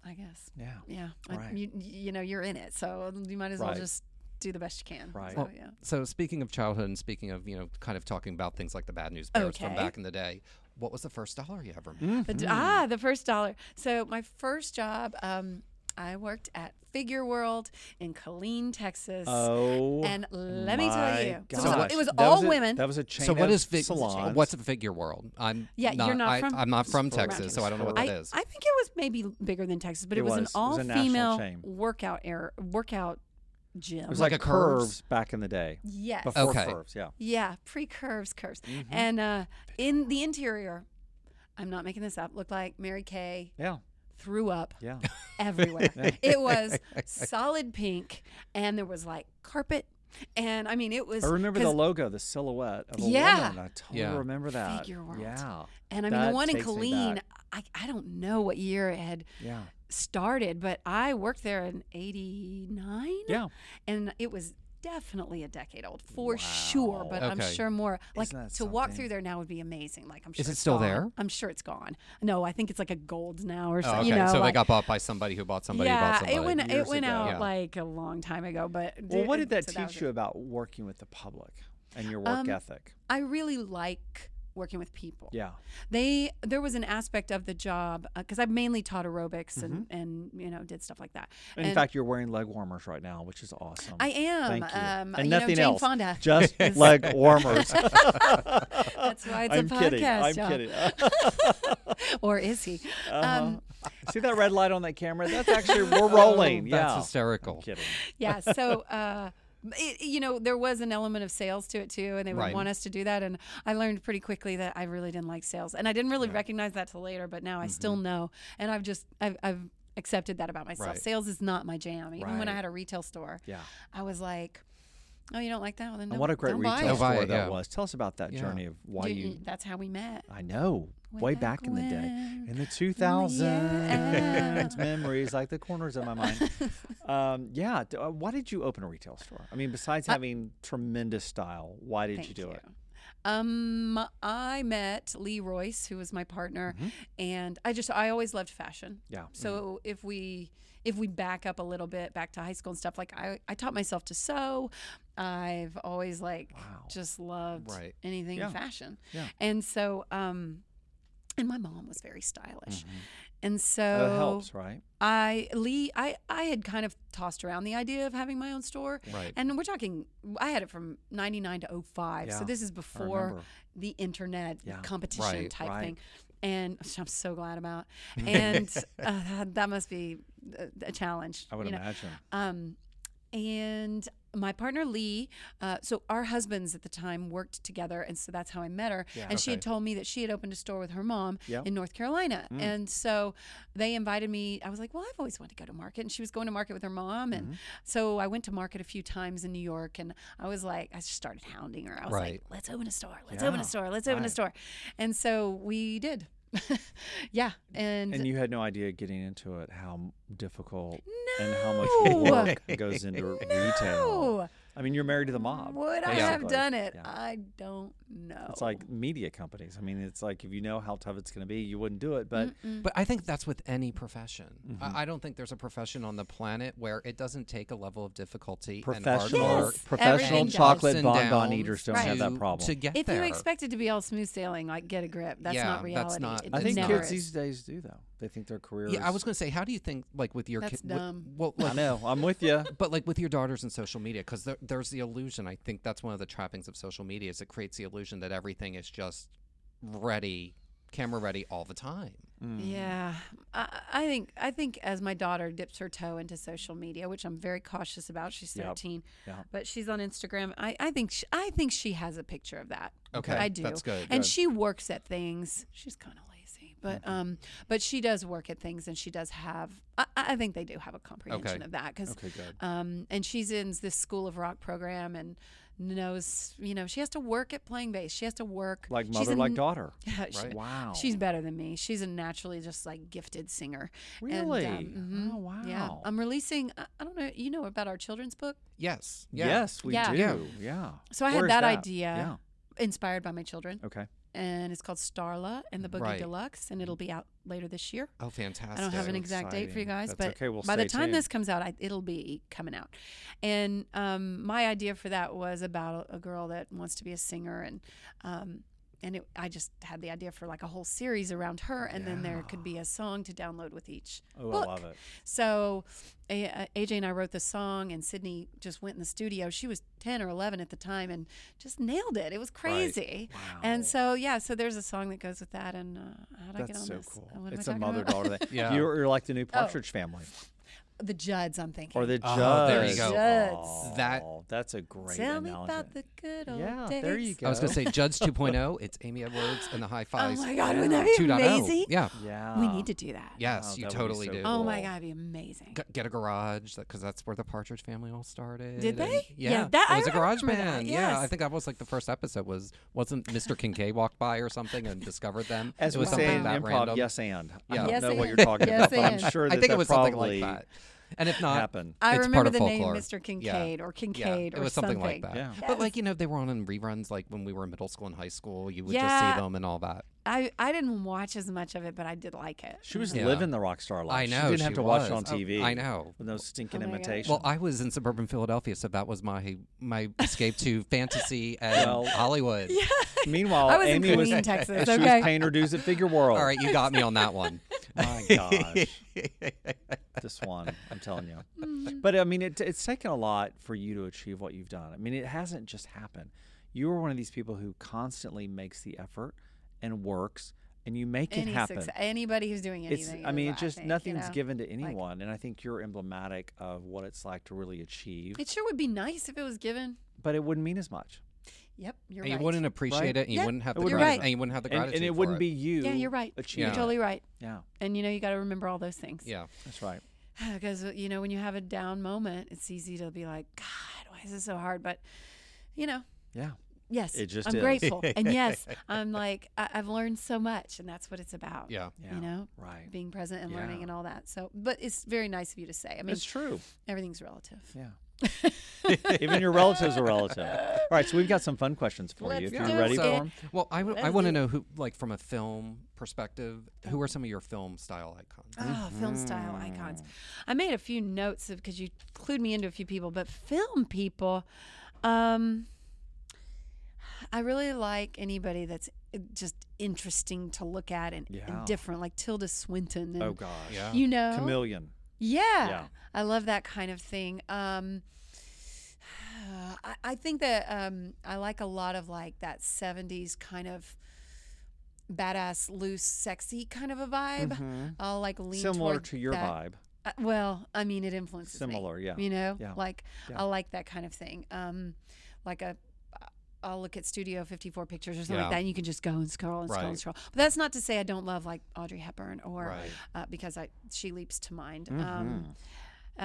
S3: I guess.
S2: Yeah.
S3: Yeah. I-
S2: Right.
S3: you, you know, you're in it. So you might as well
S2: Right.
S3: just do the best you can.
S2: Right.
S3: So,
S1: Well,
S3: yeah.
S1: So speaking of childhood and speaking of, you know, kind of talking about things like the bad news bears from
S3: Okay.
S1: back in the day, what was the first dollar you ever made?
S2: Mm.
S3: The,
S2: Hmm.
S3: d Ah, the first dollar. So my first job, um, I worked at Figure World in Colleen, Texas.
S2: Oh.
S3: and let me tell
S2: my
S3: you, so it was-
S2: gosh.
S3: it was
S2: That
S3: all
S2: a-
S3: women.
S2: That was a chain.
S1: So what
S2: of
S1: is fig-
S2: salons.
S1: what's a figure world? I'm
S3: Yeah, you're not
S1: I,
S3: from-
S1: I'm not from
S2: It's around
S1: Texas,
S2: here.
S1: so I don't know what
S3: I,
S1: that is.
S3: I think it was maybe bigger than Texas, but it,
S2: It
S3: was, an
S2: was. It was a national
S3: all-female
S2: chain.
S3: workout air workout gym.
S2: It was
S1: Like
S2: like,
S1: a curves?
S2: curves. back in the day.
S3: yes,
S2: Before Mm-hmm.
S1: Okay.
S2: curves, yeah.
S3: yeah, pre-curves, curves, and uh, in the interior, I'm not making this up. Looked like Mary Kay
S2: Yeah. (laughs)
S3: threw up
S2: Yeah.
S3: (laughs) everywhere.
S2: (laughs)
S3: it was solid pink, and there was like carpet, and I mean it was.
S2: I remember the
S3: 'cause-
S2: logo, the silhouette of a
S3: Yeah.
S2: woman. I totally
S1: Yeah.
S2: remember that.
S3: Figure world.
S2: Yeah.
S3: and I mean the
S2: that
S3: one in
S2: takes me
S3: Colleen.
S2: back.
S3: I, I don't know what year it had (laughs)
S2: Yeah.
S3: started, but I worked there in '89.
S2: Yeah.
S3: and it was definitely a decade old for sure but i'm
S1: Okay.
S3: sure more like
S2: Isn't
S3: to
S2: that
S3: walk
S2: something?
S3: through there now would be amazing like i'm sure
S1: Is it
S3: it's
S1: still
S3: gone.
S1: there?
S3: i'm sure it's gone no i think it's like a gold now or
S1: Oh,
S3: something
S1: okay,
S3: you know
S1: so they
S3: like-
S1: got bought by somebody who bought somebody who
S3: yeah
S1: bought somebody.
S3: it went it
S2: years
S3: went
S2: ago.
S3: out
S1: Yeah.
S3: like a long time ago but
S2: Well, what did
S3: it-
S2: that
S3: so was
S2: teach
S3: it.
S2: you about working with the public and your work
S3: Um,
S2: ethic?
S3: i really like working with people
S2: Yeah.
S3: they there was an aspect of the job because i mainly taught aerobics and
S2: Mm-hmm.
S3: and you know did stuff like that
S2: And in
S3: And
S2: fact, you're wearing leg warmers right now, which is awesome.
S3: i am
S2: Thank you.
S3: um
S2: and
S3: you
S2: nothing
S3: know, Jane
S2: else.
S3: fonda (laughs)
S2: Just leg warmers.
S3: that's why it's
S2: Oh, I'm
S3: a
S2: kidding.
S3: podcast
S2: I'm
S3: y'all.
S2: kidding. Uh-huh.
S3: or is he (laughs) um
S2: (laughs)
S3: Oh,
S2: See that red light on that camera? That's actually
S3: (laughs)
S2: we're rolling.
S1: That's
S2: yeah.
S1: hysterical.
S2: kidding. (laughs)
S3: yeah so uh it, you know there was an element of sales to it too and they would
S1: Right.
S3: want us to do that and i learned pretty quickly that i really didn't like sales and i didn't really recognize that till later but now
S2: Mm-hmm.
S3: i still know and i've just i've, I've accepted that about myself
S1: Right.
S3: sales is not my jam even when i
S2: Right.
S3: had a retail store
S2: Yeah.
S3: i was like oh you don't like that well, then
S2: And
S3: don't-
S2: what a great
S3: don't buy
S2: retail
S3: it."
S1: Don't buy
S2: store
S1: it,
S2: that
S1: yeah.
S2: was. Tell us about that
S1: Yeah.
S2: journey of why
S3: Didn't-
S2: you.
S3: that's how we met
S2: I know.
S3: Way
S2: Way
S3: back
S2: back in the day,
S3: when.
S2: in the 2000s, (laughs)
S3: yeah.
S2: memories like the corners of my
S3: (laughs)
S2: mind. Um, yeah. d- uh, Why did you open a retail store? I mean, besides having tremendous style, why did you
S3: Thank
S2: do it?
S3: Um, I met Lee Royce, who was my partner,
S2: Mm-hmm.
S3: and I just I always loved fashion.
S2: Yeah.
S3: So if we if we back up a little bit back to high school and stuff, like I I taught myself to sew. I've always like
S2: Wow.
S3: just loved
S1: Right.
S3: anything
S2: Yeah.
S3: fashion.
S2: Yeah.
S3: And so um and my mom was very stylish.
S1: Mm-hmm.
S3: And so
S2: Mm-hmm. That helps, right?
S3: I Lee I I had kind of tossed around the idea of having my own store.
S1: Right.
S3: And we're talking I had it from 99 to 05.
S2: Yeah,
S3: So this is before
S2: remember.
S3: the internet
S2: Yeah.
S3: competition
S1: Right,
S3: type
S2: right.
S3: thing. And which I'm so
S2: (laughs)
S3: glad about. And uh, (laughs) that must be a, a challenge.
S2: I would
S3: you know.
S2: imagine.
S3: Um, and my partner Lee, uh, so our husbands at the time worked together, and so that's how I met her. and she had told me that she had opened a store with her mom
S2: Yeah.
S3: in North Carolina,
S2: Mm.
S3: and so they invited me. I was like, "Well, I've always wanted to go to market," and she was going to market with her mom, and
S1: Mm-hmm.
S3: so I went to market a few times in New York, and I was like, I just started hounding her. I was
S1: Right.
S3: like, "Let's open a store. Let's open
S2: Yeah.
S3: a store. Let's open a
S2: Right.
S3: store," and so we did. (laughs) yeah, and, (laughs)
S2: And you had no idea getting into (laughs)
S1: (laughs)
S2: it how m- difficult and how much work goes into retail.
S3: No.
S2: I mean, you're married to the mob.
S3: Would I
S2: basically.
S3: have done it?
S2: Yeah.
S3: I don't know.
S2: It's like media companies. I mean, it's like if you know how tough it's going to be, you wouldn't do it. But
S1: But I think that's with any profession.
S2: Mm-hmm.
S1: I, I don't think there's a profession on the planet where it doesn't take a level of difficulty
S2: professional
S1: and hard
S3: Yes,
S1: work,
S2: professional
S3: everything does.
S2: chocolate
S1: ups and
S2: bonbon
S1: downs
S2: eaters don't have
S1: to-
S2: that problem.
S1: To get
S3: if
S1: there.
S3: you expect it to be all smooth sailing, like get a grip. That's
S1: Yeah,
S3: not
S1: that's
S3: reality.
S1: not-
S3: It
S2: I think
S3: never
S2: kids
S3: is.
S2: these days do though. They think their career.
S1: yeah, I
S2: is-
S1: was going to say, how do you think, like, with your
S3: That's
S1: kid? wi-
S3: dumb.
S1: Well,
S2: (laughs) I
S1: like,
S2: know. I'm with you.
S1: But like with your daughters and social media, because there, there's the illusion. I think that's one of the trappings of social media is it creates the illusion that everything is just ready, camera ready all the time.
S3: Yeah, I, I think I think as my daughter dips her toe into social media, which I'm very cautious about. She's
S2: Yep.
S3: 13,
S2: Yep.
S3: but she's on Instagram. I, I think she, I think she has a picture of that.
S1: Okay,
S3: I do.
S1: that's good.
S3: And
S1: Good.
S3: she works at things. She's kind of lazy, but um, but she does work at things, and she does have. I, I think they do have a comprehension
S1: Okay.
S3: of that because
S2: Okay, good.
S3: um, and she's in this School of Rock program and knows you know she has to work at playing bass. She has to work
S2: Like
S3: she's
S2: mother,
S3: a
S2: like
S3: n-
S2: daughter.
S3: (laughs) Yeah, she-
S1: Right.
S2: Wow.
S3: She's better than me. She's a naturally just like gifted singer. And, um,
S2: really.
S3: mhm.
S2: Oh wow.
S3: Yeah. I'm releasing, uh, I I don't know, you know about our children's book?
S1: Yes. Yeah.
S2: Yes, we
S3: Yeah.
S2: do.
S1: Yeah.
S2: Yeah.
S3: So I had
S2: Where's
S3: that idea.
S2: Yeah.
S3: Inspired by my children,
S2: Okay.
S3: and it's called Starla and the Boogie
S1: Right.
S3: Deluxe, and it'll be out later this year.
S1: Oh, fantastic.
S3: I don't have an exact date for you
S2: exciting.
S3: guys,
S2: That's
S3: but
S2: okay. We'll
S3: by the
S2: stay
S3: time
S2: tuned.
S3: this comes out, I, it'll be coming out. And um, my idea for that was about a, a girl that wants to be a singer, and um, and it, I just had the idea for like a whole series around her, and then there could be a song to download with each.
S2: Oh,
S3: book.
S2: I love it.
S3: So A- uh, AJ and I wrote the song, and Sydney just went in the studio. She was 10 or 11 at the time and just nailed it. It was crazy. And so, yeah, so there's a song that goes with that. And uh, how'd I get
S2: That's
S3: on
S2: so
S3: this?
S2: cool.
S3: Uh, what am I
S2: It's a
S3: talking
S2: mother
S3: about?
S2: daughter thing.
S1: Yeah.
S2: You're, you're like the new Partridge family,
S3: the Judds, I'm thinking.
S2: or the Judds.
S1: Oh, there you go.
S3: Judds.
S1: That-
S2: Oh, that's a great
S3: Tell me
S2: analogy.
S3: about the good old
S2: yeah,
S3: days.
S2: there you go.
S1: I was going to say
S2: (laughs)
S1: Judge 2.0. It's Amy Edwards and the High
S3: Oh
S1: Fives.
S3: my God, wouldn't that be
S1: 2.0.
S3: amazing?
S1: oh. Yeah.
S2: Yeah.
S3: We need to do that.
S1: Yes, you
S2: Wow, that would be
S1: totally
S2: so
S1: do.
S2: cool.
S3: Oh my God, it'd be amazing.
S1: G- Get a garage because that's where the Partridge Family all started.
S3: Did
S1: and-
S3: they?
S1: Yeah,
S3: Yeah, that-
S1: it
S3: I
S1: was a garage
S3: remember that,
S1: band. Yeah, I
S3: yes.
S1: think that was like the first episode was wasn't Mr. Kincaid walked by or something and discovered them.
S2: (laughs) As
S1: it
S2: we
S1: was something
S2: say in
S1: that
S2: improv,
S1: random.
S2: yes and. I
S1: Yeah.
S2: don't
S3: Yes
S2: know what
S3: and.
S2: you're talking
S3: Yes
S2: about, but I'm
S3: and.
S2: sure
S1: I
S2: that
S1: think
S2: that
S1: it was something
S2: probably
S1: like that. And if not,
S2: happened.
S3: I
S1: it's part
S3: remember
S1: of
S3: the
S1: folklore.
S3: name Mr. Kincaid or
S1: yeah,
S3: Kincaid
S1: it
S3: or
S1: was something, like that.
S2: Yeah.
S1: But like you know, they were on in reruns like when we were in middle school and high school. You would just
S3: Yeah.
S1: see them and all that.
S3: I, I didn't watch as much of it, but I did like it.
S2: She was
S1: Yeah.
S2: living the rock star life.
S1: I know
S2: She didn't
S1: she
S2: have to watch it on
S1: was. Oh,
S2: TV.
S1: I know.
S2: With those stinking
S3: Oh my God.
S2: imitations.
S1: Well, I was in suburban Philadelphia, so that was my my escape to fantasy
S2: (laughs)
S1: and
S2: Well-
S1: Hollywood.
S2: Meanwhile,
S3: I was
S2: Amy
S3: in
S2: was,
S3: Queen, Texas.
S2: she
S3: okay.
S2: was paying her dues at Figure World.
S1: All right, you got me on that
S3: (laughs)
S1: one.
S2: My gosh. this one, I'm telling
S3: Mm-hmm.
S2: you. But I mean, it, it's taken a lot for you to achieve what you've done. I mean, it hasn't just happened. You are one of these people who constantly makes the effort and works, and you make
S3: Any
S2: it happen.
S3: success, anybody who's doing
S2: It's,
S3: anything.
S2: I
S3: is,
S2: mean, it's just
S3: think, you
S2: nothing's
S3: know?
S2: given to anyone, and I think you're emblematic of what it's like to really achieve.
S3: It sure would be nice if it was given.
S2: But it wouldn't mean as much,
S3: Yep, you're
S1: And you
S3: right.
S1: wouldn't appreciate it,
S2: Right?
S1: and you
S3: Yeah,
S1: wouldn't have
S2: it
S1: the
S3: wouldn't
S1: gratitude,
S3: matter.
S1: and you wouldn't have the
S2: and,
S1: gratitude.
S2: and it
S1: for
S2: wouldn't be you.
S3: yeah, you're right. You're
S2: achieving it.
S3: totally right.
S2: Yeah,
S3: And you know, you got to remember all those things. (sighs)
S1: Yeah,
S2: that's right.
S3: Because you know, when you have a down moment, it's easy to be like, God, why is this so hard? But you know,
S2: Yeah.
S3: yes,
S2: It just
S3: I'm
S2: is. (laughs)
S3: grateful, and yes, I'm like, I- I've learned so much, and that's what it's about.
S1: yeah.
S2: Yeah.
S3: You know,
S2: Right.
S3: being present and learning
S2: Yeah.
S3: and all that. So, but it's very nice of you to say. I mean,
S2: It's true.
S3: everything's relative.
S2: Yeah. (laughs) Even your relatives are relative. All right, so we've got some fun questions for you.
S3: Let's
S2: If
S3: do
S2: you're ready
S3: it.
S2: for them,
S1: Well, I would- I
S3: Let's
S1: want to
S3: do it.
S1: know who, like, from a film perspective, who are some of your film style icons?
S3: Oh, film style icons. I made a few notes because you clued me into a few people, but film people, um, I really like anybody that's uh, just interesting to look at and, and
S2: Yeah.
S3: different, like Tilda Swinton. And,
S2: oh gosh,
S1: Yeah.
S3: You know,
S2: chameleon.
S3: yeah,
S2: Yeah.
S3: I love that kind of thing. Um, I, I think that um, I like a lot of like that '70s kind of badass, loose, sexy kind of a vibe. I'll like lean
S2: Mm-hmm. Similar
S3: toward
S2: to your
S3: that.
S2: vibe.
S3: Uh, well, I mean, it influences me,
S2: Similar, yeah.
S3: You know,
S2: Yeah.
S3: like
S2: Yeah.
S3: I like that kind of thing. Um, like a, uh, I'll look at Studio 54 pictures or something
S1: Yeah.
S3: like that, and you can just go and scroll and scroll
S1: Right.
S3: and scroll. But that's not to say I don't love like Audrey Hepburn or
S1: Right.
S3: uh, because I she leaps to mind. Um, uh,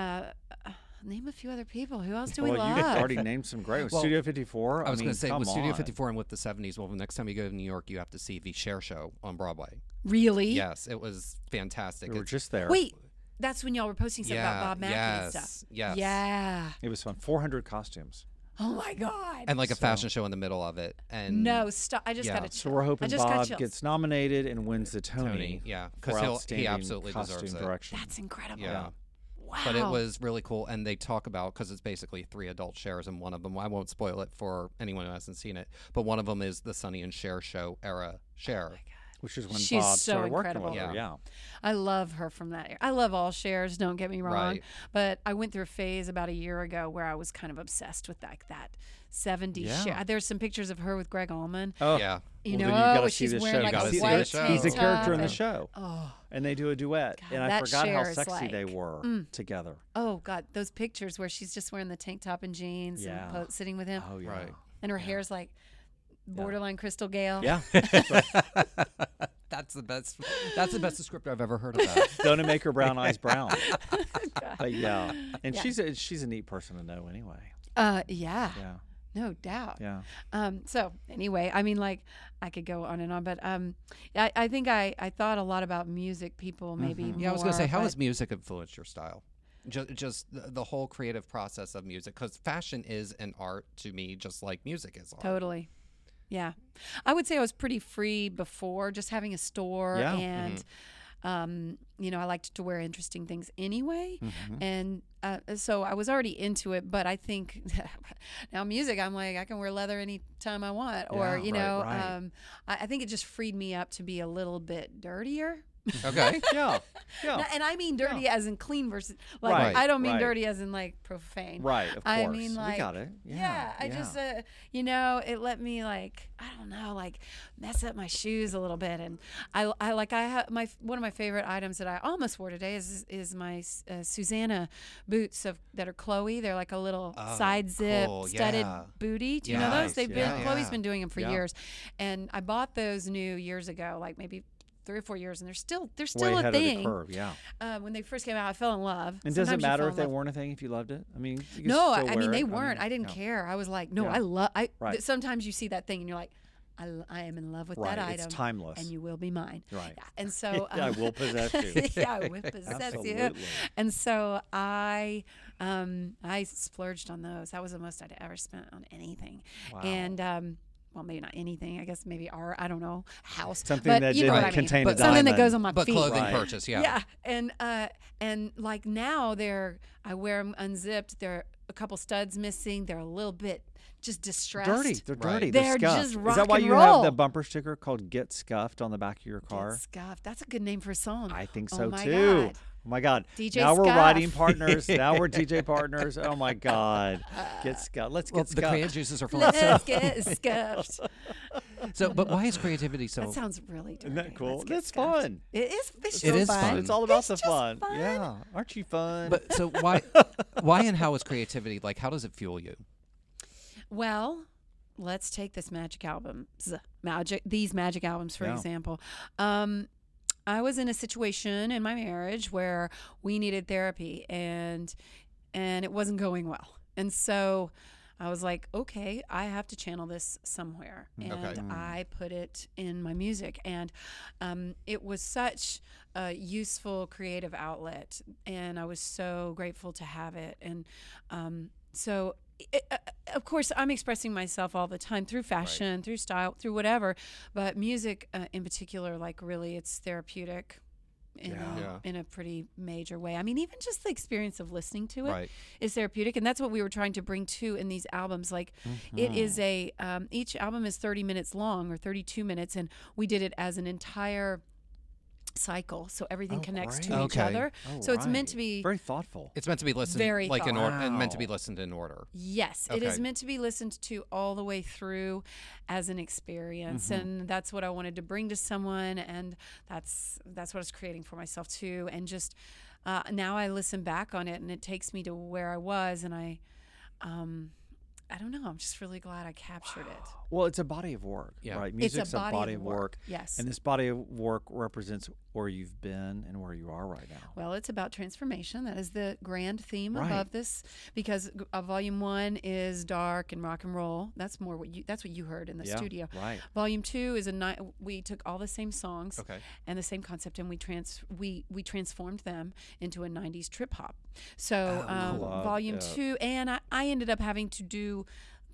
S3: uh, name a few other people. Who else do we
S2: Mm-hmm. well, you
S3: love?
S2: already named some great ones. Studio 54.
S1: I was
S2: mean,
S1: going to say,
S2: come
S1: with Studio
S2: on.
S1: 54 and with the 70s, well, the next time you go to New York, you have to see the Cher Show on Broadway.
S3: really?
S1: Yes, it was fantastic.
S2: We were
S1: It's-
S2: just there.
S3: Wait, that's when y'all were posting stuff
S1: yeah,
S3: about Bob Mackie
S1: yes,
S3: and stuff.
S1: Yes.
S3: Yeah.
S2: It was fun. 400 costumes.
S3: Oh my God.
S1: and like a fashion show in the middle of it. And
S3: no, stop. I just
S1: Yeah.
S3: got to.
S2: So we're hoping
S3: just got
S2: Bob
S3: chills.
S2: gets nominated and wins the Tony.
S1: Tony, yeah,
S2: for
S1: because he
S2: outstanding
S1: absolutely
S2: costume
S1: deserves it.
S2: direction.
S3: That's incredible.
S1: Yeah.
S3: Wow.
S1: But it was really cool, and they talk about because it's basically three adult shares, and one of them I won't spoil it for anyone who hasn't seen it, but one of them is the Sonny and Cher show era Cher.
S2: Which is when
S3: She's
S2: Bob
S3: so
S2: started
S3: incredible.
S2: working with her. Yeah.
S3: I love her from that era. I love all shares, don't get me wrong.
S1: Right.
S3: But I went through a phase about a year ago where I was kind of obsessed with like that 70s
S2: Yeah.
S3: share. There's some pictures of her with Greg Allman.
S2: Oh.
S1: Yeah,
S3: You
S2: Well, then
S3: know,
S2: you gotta
S3: where
S2: see
S3: she's
S2: this
S3: wearing
S2: show.
S3: like
S1: You
S3: a
S1: gotta see
S3: white
S1: this show.
S3: tank
S2: He's a character in the
S3: top and-
S2: show.
S3: Oh,
S2: And they do a duet.
S3: God,
S2: and I
S3: that
S2: forgot how
S3: Cher is
S2: sexy they
S3: like-
S2: were together.
S3: oh God, those pictures where she's just wearing the tank top and jeans
S2: Yeah.
S3: and po- sitting with him,
S2: Oh, yeah.
S3: (laughs)
S1: Right.
S3: and her hair's like borderline Crystal Gale.
S2: Yeah.
S1: that's the (laughs) best. That's the best descriptor I've ever heard of. That.
S2: Gonna make her brown eyes brown.
S3: (laughs) God.
S2: But yeah. And
S3: Yeah.
S2: she's a, she's a neat person to know anyway.
S3: Uh, yeah,
S2: Yeah.
S3: no doubt. (laughs)
S2: Yeah.
S3: Um, so anyway, I mean, like I could go on and on, but um, I, I think I, I thought a lot about music people
S1: (laughs)
S3: maybe.
S1: Mm-hmm. Yeah, I was gonna say,
S3: more,
S1: how
S3: but-
S1: has music influenced your style? Just, just the, the whole creative process of music, because fashion is an art to me, just like music is art.
S3: Totally. Yeah. I would say I was pretty free before just having a store
S2: Yeah.
S3: and
S1: mm-hmm.
S3: um, you know, I liked to wear interesting things anyway.
S1: Mm-hmm.
S3: And uh, so I was already into it, but I think (laughs) now music, I'm like, I can wear leather anytime I want. Or,
S2: Yeah,
S3: you
S2: right,
S3: know,
S2: right.
S3: Um, I, I think it just freed me up to be a little bit dirtier.
S1: (laughs) Okay.
S2: Yeah. Yeah.
S3: No, And I mean dirty as in clean versus, like,
S2: Right,
S3: I don't mean
S2: right.
S3: dirty as in like profane.
S2: Right, of course.
S3: I mean,
S2: we
S3: like,
S2: got it. Yeah,
S3: Yeah, I just, uh, you know, it let me like, I don't know, like mess up my shoes a little bit, and I, I like, I have my one of my favorite items that I almost wore today is is my uh, Susanna boots of that are Chloe. They're like a little
S1: Oh,
S3: side zip
S1: cool,
S3: studded
S1: yeah.
S3: booty. Do you know
S2: Nice,
S3: those? They've
S2: yeah.
S3: been Chloe's
S1: Yeah.
S3: been doing them for
S2: Yeah.
S3: years, and I bought those new years ago, like maybe. Three or four years, and they're still they're
S2: way
S3: still a
S2: ahead of the
S3: thing.
S2: curve. Yeah,
S3: Uh, when they first came out, I fell in love.
S2: and does it
S3: Sometimes you
S2: matter
S3: fall
S2: if
S3: in
S2: they
S3: love.
S2: weren't a thing if you loved it? I mean, you could
S3: No,
S2: still
S3: I, I mean
S2: wear
S3: they
S2: it.
S3: weren't. I, didn't
S2: yeah.
S3: care. I was like, no,
S2: Yeah.
S3: I love. I
S2: Right.
S3: th- sometimes you see that thing and you're like, I, l- I am in love with that
S2: Right, it's
S3: item.
S2: timeless.
S3: and you will be mine.
S2: Right. (laughs)
S3: Yeah, And so
S2: I will possess you.
S3: (laughs) yeah,
S2: (laughs)
S3: I will possess you.
S2: Absolutely.
S3: And so I, um, I splurged on those. That was the most I'd ever spent on anything.
S2: Wow.
S3: And um, well, maybe not anything. I guess maybe our I don't know house.
S2: Something
S3: but
S2: that
S3: you
S2: didn't
S3: know what I mean.
S2: contain a
S3: but something that
S2: diamond.
S3: goes on my
S1: But
S3: feet.
S1: clothing
S2: Right.
S1: purchase, yeah.
S3: And uh, and like now they're I wear them unzipped. They're a couple studs missing. They're a little bit just distressed.
S2: Dirty. They're
S1: Right.
S2: dirty.
S3: They're
S2: scuffed.
S3: just
S2: Is that
S3: rock
S2: why
S3: and
S2: you have the
S3: roll.
S2: bumper sticker called "Get Scuffed" on the back of your
S3: Get
S2: car?
S3: scuffed. That's a good name for a song.
S2: I think
S3: Oh
S2: so
S3: my
S2: too.
S3: God.
S2: Oh my God!
S3: DJ
S2: now we're
S3: Scuff.
S2: riding partners. now we're
S3: (laughs)
S2: DJ partners. Oh my God! Get scuffed. Let's get
S1: Well, the
S2: scuffed.
S1: creative juices are (laughs) flowing. So,
S3: (laughs) Let's get scuffed.
S1: so, but why is creativity so?
S2: (laughs)
S3: That sounds really dirty.
S2: (laughs) Isn't that cool?
S3: Let's get
S2: That's
S3: scuffed.
S2: fun.
S3: It is. It's
S1: It
S3: so
S1: is fun.
S2: It's all about
S3: It's
S2: the
S3: just
S2: fun.
S3: fun.
S2: Yeah. Aren't you fun?
S1: But
S3: (laughs)
S1: so why, why and how is creativity like? How does it fuel you?
S3: Well, let's take this magic album, z- magic these magic albums for
S2: Yeah.
S3: example. Um, I was in a situation in my marriage where we needed therapy, and and it wasn't going well, and so I was like, okay, I have to channel this somewhere, and
S1: Okay.
S3: I put it in my music, and um, it was such a useful creative outlet, and I was so grateful to have it, and um, so. It, uh, of course, I'm expressing myself all the time through fashion, through style, through whatever, but music uh, in particular, like really, it's therapeutic in,
S2: Yeah.
S3: a,
S1: Yeah.
S3: in a pretty major way. I mean, even just the experience of listening to it is
S1: Right.
S3: therapeutic, and that's what we were trying to bring to in these albums. Like, it
S2: Mm-hmm.
S3: is a um, each album is 30 minutes long or 32 minutes, and we did it as an entire cycle, so everything
S2: Oh,
S3: connects
S2: great.
S3: to each
S1: Okay.
S3: other.
S2: Oh,
S3: so it's
S2: right.
S3: meant to be
S2: very thoughtful.
S1: It's meant to be listened
S3: Very
S1: like in order, and meant to be
S2: thoughtful.
S1: listened in order.
S3: Yes, it is
S1: Okay.
S3: meant to be listened to all the way through as an experience, and that's what I wanted to bring to someone, and that's that's what I was creating for myself too. And just uh, now, I listen back on it, and it takes me to where I was, and I, um, I don't know. I'm just really glad I captured it.
S2: Well, it's a body of work,
S1: Yeah.
S2: right? Music's
S3: it's a body, of work. Yes.
S2: and this body of work represents where you've been and where you are right now.
S3: Well, it's about transformation. That is the grand theme
S2: Right.
S3: above this, because g- uh, volume one is dark and rock and roll. That's more what you. That's what you heard in the
S2: Yeah,
S3: studio.
S2: right.
S3: Volume two is a night. We took all the same songs
S1: Okay.
S3: and the same concept, and we trans we we transformed them into a '90s trip hop. So um,
S2: Love
S3: volume
S2: it.
S3: two, and I, I ended up having to do to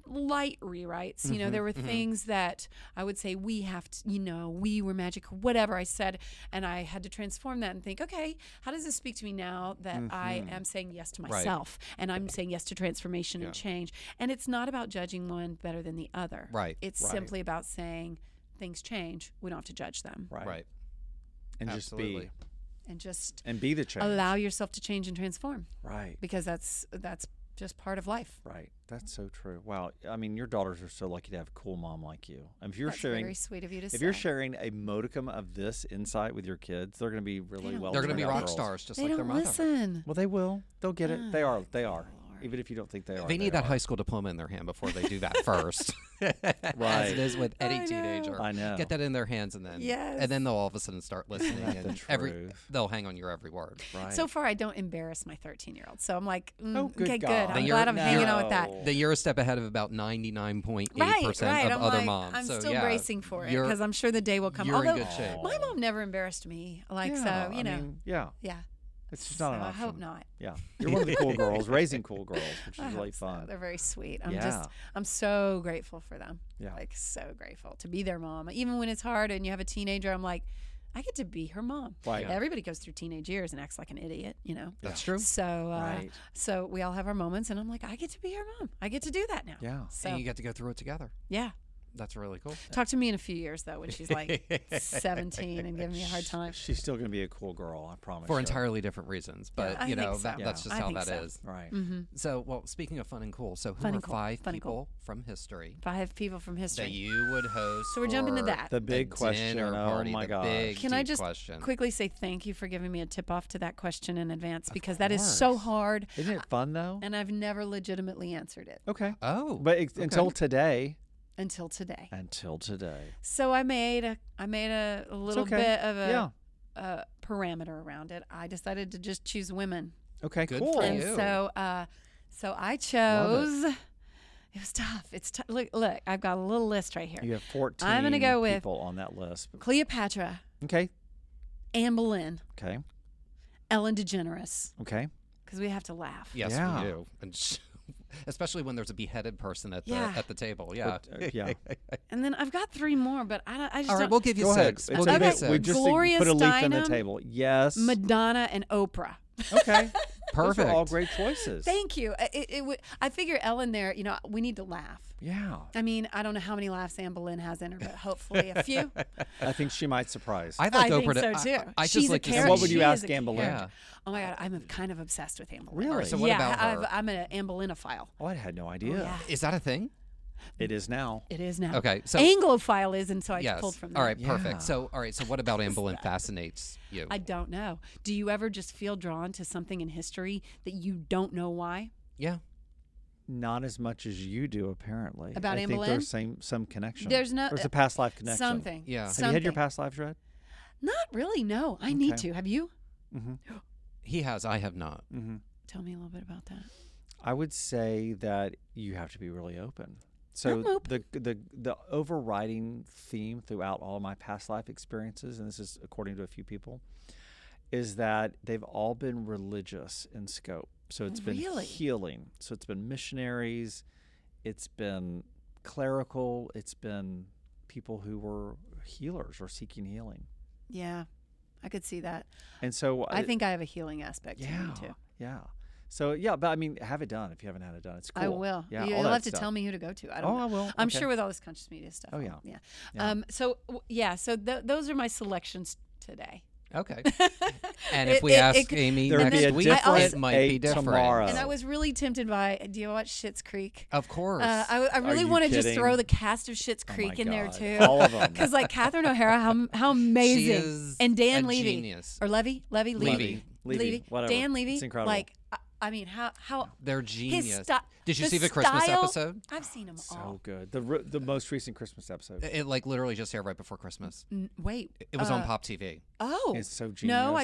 S3: light rewrites. You know, there were things that I would say we have to, you know, we were magic, whatever I said, and I had to transform that and think, okay, how does this speak to me now that I am saying yes to myself and I'm saying yes to transformation and change? And it's not about judging one better than the other.
S1: Right,
S3: It's simply about saying things change. We don't have to judge them.
S2: Right.
S1: Right.
S2: And just
S1: Absolutely.
S2: be
S3: And just
S2: and be the change.
S3: allow yourself to change and transform
S2: Right.
S3: because that's that's just part of life.
S2: Right. That's so true. Wow. I mean, your daughters are so lucky to have a cool mom like you. If you're
S3: That's
S2: sharing
S3: very sweet of you to say.
S2: if you're sharing a modicum of this insight with your kids, they're going to be really
S3: don't
S2: well.
S1: They're going to
S2: turned
S1: be
S2: out
S1: rock
S2: girls.
S1: stars just
S3: they
S1: like their
S3: don't
S1: mother.
S3: listen.
S2: Well, they will. They'll get it.
S3: Ah,
S2: They are. They are. Even if you don't think they are.
S1: They need that
S2: are.
S1: high school diploma in their hand before they do
S3: (laughs)
S1: that first. As it
S2: (laughs) Right.
S1: is with any
S3: I
S1: teenager.
S2: know. I know.
S1: Get that in their hands and then
S3: Yes.
S1: and then they'll all of a sudden start listening and every
S2: truth.
S1: they'll hang on your every word.
S2: Right.
S3: So far, I don't embarrass my 13 year old. So I'm like, mm,
S2: Oh, good
S3: okay, good.
S2: God.
S3: I'm
S1: Then
S3: glad
S1: you're-
S3: I'm hanging on with that.
S2: No.
S1: Then you're a step ahead of about 99.8%
S3: Right,
S1: of
S3: right. I'm
S1: other
S3: like,
S1: moms.
S3: I'm
S1: so,
S3: still
S1: yeah,
S3: bracing for it
S1: you're-
S3: because I'm sure the day will come.
S1: you're in
S3: Although
S1: good shape.
S3: my mom never embarrassed me, like
S2: Yeah,
S3: so, you
S2: I
S3: know,
S2: mean, yeah.
S3: yeah.
S2: It's just
S3: So
S2: not an
S3: I
S2: option.
S3: hope not.
S2: Yeah. You're one of the
S3: (laughs)
S2: cool girls, raising cool girls, which
S3: I
S2: is really
S3: hope so.
S2: fun.
S3: They're very sweet. I'm
S2: Yeah.
S3: just, I'm so grateful for them.
S2: Yeah.
S3: Like, so grateful to be their mom. Even when it's hard and you have a teenager, I'm like, I get to be her mom.
S2: Right. Yeah.
S3: Everybody goes through teenage years and acts like an idiot, you know?
S1: That's true.
S3: So, uh,
S2: Right.
S3: so we all have our moments, and I'm like, I get to be her mom. I get to do that now.
S2: Yeah.
S3: So,
S1: and you get to go through it together.
S3: yeah.
S1: That's really cool.
S3: Talk to me in a few years, though, when she's like 17 and giving me
S1: (laughs)
S3: a hard time.
S2: She's still going to be a cool girl, I promise.
S1: For
S2: you.
S1: entirely different reasons, but
S3: I
S1: you know
S3: think
S1: that,
S3: so.
S1: that's
S3: Yeah.
S1: just
S3: I
S1: how
S3: think
S1: that is.
S3: so.
S2: Right.
S3: Mm-hmm.
S1: So, well, speaking of fun and cool, so who
S3: Fun
S1: are
S3: and cool.
S1: five
S3: Fun and
S1: people
S3: cool.
S1: from history
S3: If I have people from
S1: that
S3: history.
S1: you would host?
S3: So we're jumping to
S1: for
S3: that.
S2: The big question.
S1: dinner
S2: Oh
S1: party,
S2: my
S1: the
S2: gosh.
S1: big
S3: Can I
S1: deep
S3: just
S1: question.
S3: quickly say thank you for giving me a tip off to that question in advance because that is so
S2: course.
S3: hard
S2: Isn't it fun, though?
S3: and I've never legitimately answered it
S2: Okay.
S1: Oh,
S2: But it, until today.
S3: until today.
S2: Until today.
S3: So I made a I made a, a little
S2: okay.
S3: bit of
S2: Yeah.
S3: a, a parameter around it. I decided to just choose women.
S2: Okay,
S1: Good
S2: cool.
S1: for
S3: and
S1: you.
S3: so uh, so I
S2: Love
S3: chose it. was tough. It's t- look look, I've got a little list right here.
S2: You have 14
S3: I'm gonna go with-
S2: people on that list.
S3: Cleopatra,
S2: Okay.
S3: Anne Boleyn,
S2: Okay.
S3: Ellen DeGeneres,
S2: Okay.
S3: because we have to laugh.
S1: yes,
S2: Yeah.
S1: we do, (laughs) and especially when there's a beheaded person at the
S3: Yeah.
S1: at the table. Yeah.
S2: Uh, (laughs) yeah.
S3: And then I've got three more, but I, don't, I just
S1: All right,
S3: don't.
S1: we'll give you
S2: Go ahead.
S1: six.
S2: It's
S1: We'll give you
S2: okay.
S1: six.
S2: We just
S3: Gloria
S2: put a leaf in the
S3: Steinem.
S2: table. Yes.
S3: Madonna and Oprah.
S2: (laughs)
S3: (laughs)
S2: okay. (laughs) Those
S1: Perfect.
S2: are all great choices.
S3: Thank you. I- It, it would. I figure Ellen there. You know, we need to laugh.
S2: yeah.
S3: I mean, I don't know how many laughs Anne Boleyn has in her, but hopefully
S1: (laughs)
S3: a few.
S2: I think she might surprise.
S1: I like
S3: I
S1: Oprah
S3: think so
S1: to- I-
S3: too.
S1: I, I
S3: She's
S1: just
S3: a
S1: like to
S3: character.
S1: see-
S2: what would you
S3: She is
S2: ask
S3: a
S2: Anne Boleyn?
S1: Yeah.
S3: Oh my God, I'm kind of obsessed with Anne Boleyn.
S2: Really?
S1: So what
S3: yeah,
S1: about
S3: I've,
S1: her?
S3: I'm an Anne Boleynophile.
S2: oh, I had no idea.
S3: yeah.
S1: Is that a thing?
S2: It is now.
S3: It is now.
S1: Okay, so-
S3: Anglophile is, and so I
S1: yes.
S3: pulled from that.
S1: All right,
S2: Yeah.
S1: perfect. So, all right, so what about Anne Boleyn fascinates you?
S3: I don't know. Do you ever just feel drawn to something in history that you don't know why?
S1: yeah.
S2: Not as much as you do, apparently.
S3: About
S2: I
S3: Anne
S2: think
S3: Boleyn?
S2: there's same, some connection.
S3: There's no-
S2: There's a past life connection.
S3: Something.
S1: Yeah.
S2: Have
S1: Have
S3: Something.
S2: you had your past lives read?
S3: Not really. No, I need
S2: Okay.
S3: to. Have you?
S2: Mm-hmm.
S1: He has. I have not.
S3: Tell me a little bit about that.
S2: I would say that you have to be really open. So
S3: I'm open.
S2: the the the overriding theme throughout all my past life experiences, and this is according to a few people, is that they've all been religious in scope. So it's been
S3: Really?
S2: healing. So it's been missionaries, it's been clerical, it's been people who were healers or seeking healing.
S3: Yeah, I could see that.
S2: And so uh,
S3: I think I have a healing aspect to
S2: yeah,
S3: me too.
S2: yeah. So yeah, but I mean, have it done if you haven't had it done. It's cool.
S3: I will.
S2: Yeah,
S3: you,
S2: all
S3: will
S2: that
S3: have to
S2: stuff.
S3: tell me who to go to. I don't
S2: Oh,
S3: know.
S2: I will.
S3: I'm
S2: Okay.
S3: sure with all this conscious media stuff.
S2: Oh,
S3: I'll-
S2: yeah.
S3: yeah.
S2: Yeah.
S3: Um, so w- yeah, so th- those are my selections today. (laughs)
S1: Okay. (laughs) and if
S3: It-
S1: we
S3: it- it
S1: ask
S3: could-
S1: Amy
S2: There would
S1: next
S2: be a
S1: week,
S2: different
S1: it might be
S2: eight
S1: different.
S2: tomorrow.
S3: And I
S2: Oh.
S3: was really tempted by. Do you watch Shit's Creek?
S1: Of course.
S3: Uh, I, I really
S2: you
S3: want to just
S2: kidding?
S3: throw the cast of Shit's
S2: Oh my
S3: Creek in there
S2: God.
S3: too. (laughs)
S2: All of 'em.
S3: Because like Catherine O'Hara, how how amazing,
S1: is
S3: and Dan
S1: a
S3: Levy
S1: genius.
S3: or Levy, Levy, Levy,
S1: Levy.
S2: Levy, whatever.
S3: Dan Levy,
S2: It's incredible.
S3: Like I, I mean, how how
S1: They're
S3: his
S1: genius.
S3: sti-
S1: Did you see the
S3: style,
S1: Christmas episode?
S3: I've seen them all.
S2: (laughs) So good. The re- the most recent Christmas episode.
S3: Uh,
S1: It, it, like literally just aired right before Christmas.
S3: N- Wait,
S1: It was on
S3: uh,
S1: Pop TV.
S3: Oh,
S2: It's so
S3: No, I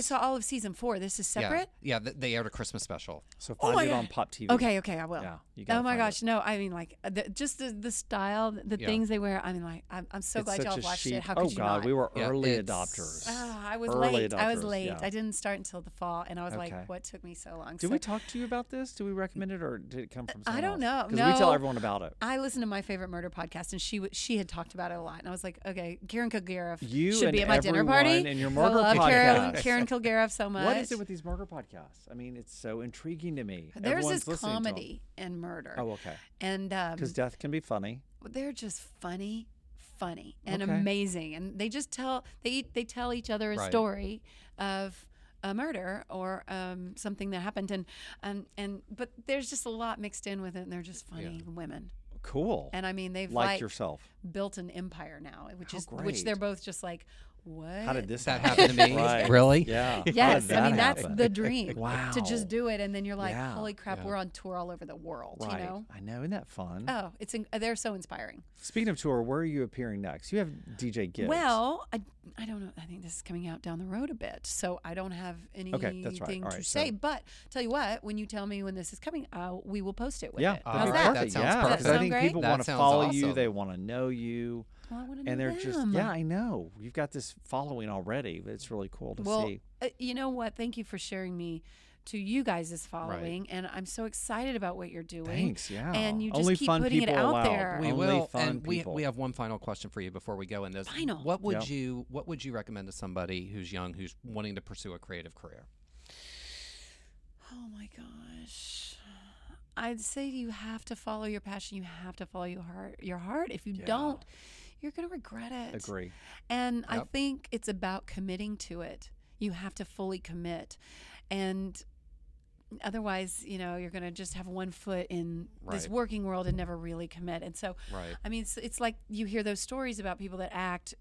S2: genius.
S3: saw all of season four. This is
S1: Yeah,
S3: separate.
S1: yeah. th- They aired a Christmas special.
S2: So
S3: Oh
S2: find
S3: my
S2: it
S3: God.
S2: on Pop TV.
S3: Okay, okay, I will.
S2: Yeah, you gotta
S3: oh my
S2: find it.
S3: gosh, no, I mean like uh, the, just the, the style, the
S1: Yeah.
S3: things they wear. I mean like I'm, I'm so
S2: It's
S3: glad
S2: such
S3: y'all
S2: a
S3: watched
S2: chic-
S3: it. How
S2: oh
S3: could you
S2: God,
S3: not?
S2: we were
S1: Yeah,
S2: early
S1: it's-
S2: adopters.
S3: Ah, I was
S2: Early
S3: late. I was
S2: adopters,
S3: late.
S2: yeah.
S3: I didn't start until the fall, and I was
S2: Okay.
S3: like, "What took me so long?"
S2: Did
S3: so
S2: we talk talk to you about this? Do we recommend it, or did it come from?
S3: Uh, I
S2: someone else?
S3: don't know.
S2: 'Cause we tell
S3: No.
S2: everyone about it.
S3: I listened to my favorite murder podcast, and she w- she had talked about it a lot, and I was like, okay, Karen Kilgariff
S2: You
S3: should be at
S2: and
S3: my dinner
S2: everyone
S3: party.
S2: and your
S3: I
S2: murder
S3: love Karen,
S2: podcast.
S3: Karen Kilgariff so much.
S2: What is it with these murder podcasts? I mean, it's so intriguing to me.
S3: There's
S2: Everyone's
S3: this
S2: listening to 'em.
S3: comedy and murder,
S2: Oh, okay.
S3: and um,
S2: Because death can be funny.
S3: they're just funny, funny, and
S2: Okay.
S3: amazing, and they just tell they eat, they tell each other a
S1: Right.
S3: story of a murder or um, something that happened, and um, and but there's just a lot mixed in with it, and they're just funny women,
S2: Cool.
S3: and I mean they've
S2: like,
S3: like
S2: yourself.
S3: built an empire now, which
S2: How
S3: is which they're
S2: great.
S3: both just like, what?
S2: How did this
S1: that
S2: happen?
S1: happened to me.
S2: (laughs) Right.
S1: Really?
S2: Yeah.
S3: Yes, I mean that's
S2: (laughs)
S3: the dream.
S2: Wow.
S3: To just do it, and then you're like,
S2: Yeah.
S3: holy crap,
S1: Yeah.
S3: we're on tour all over the world.
S2: right.
S3: You know?
S2: I know. Isn't that fun?
S3: Oh, it's in, they're so inspiring.
S2: Speaking of tour, where are you appearing next? You have DJ gigs.
S3: Well, I, I don't know. I think this is coming out down the road a bit, so I don't have anything
S2: right. All
S3: to
S2: right,
S3: say.
S2: so-
S3: But tell you what, when you tell me when this is coming, uh, we will post it with
S2: yeah,
S3: it.
S1: Uh,
S2: that'd
S3: How's
S2: be
S3: that?
S1: That
S2: perfect.
S1: sounds
S2: yeah,
S1: perfect.
S2: because I
S3: Sound
S2: think
S3: great?
S2: people
S1: That
S2: want to
S1: sounds
S2: follow you.
S1: awesome.
S2: They want to know you,
S3: Well, I want to know
S2: and they're just
S3: them.
S2: yeah. I know you've got this following already, but it's really cool to
S3: Well,
S2: see.
S3: uh, you know what? Thank you for sharing me to you guys' following, and I'm so excited about what you're doing.
S2: Thanks. Yeah.
S3: and you just
S2: Only
S3: keep
S2: fun
S3: putting it
S2: people
S3: out
S2: allowed.
S3: there.
S1: We
S2: Only
S1: will,
S2: fun
S1: and we,
S2: people.
S1: we have one final question for you before we go in this.
S3: Final.
S1: What would
S2: Yep.
S1: you What would you recommend to somebody who's young, who's wanting to pursue a creative career?
S3: Oh my gosh. I'd say you have to follow your passion. You have to follow your heart. Your heart. If you don't, you're going to regret it.
S2: Agree.
S3: And I
S1: Yep.
S3: think it's about committing to it. You have to fully commit. And otherwise, you know, you're going to just have one foot in this
S1: Right.
S3: working world and never really commit. And so,
S1: Right.
S3: I mean, it's, it's like you hear those stories about people that act,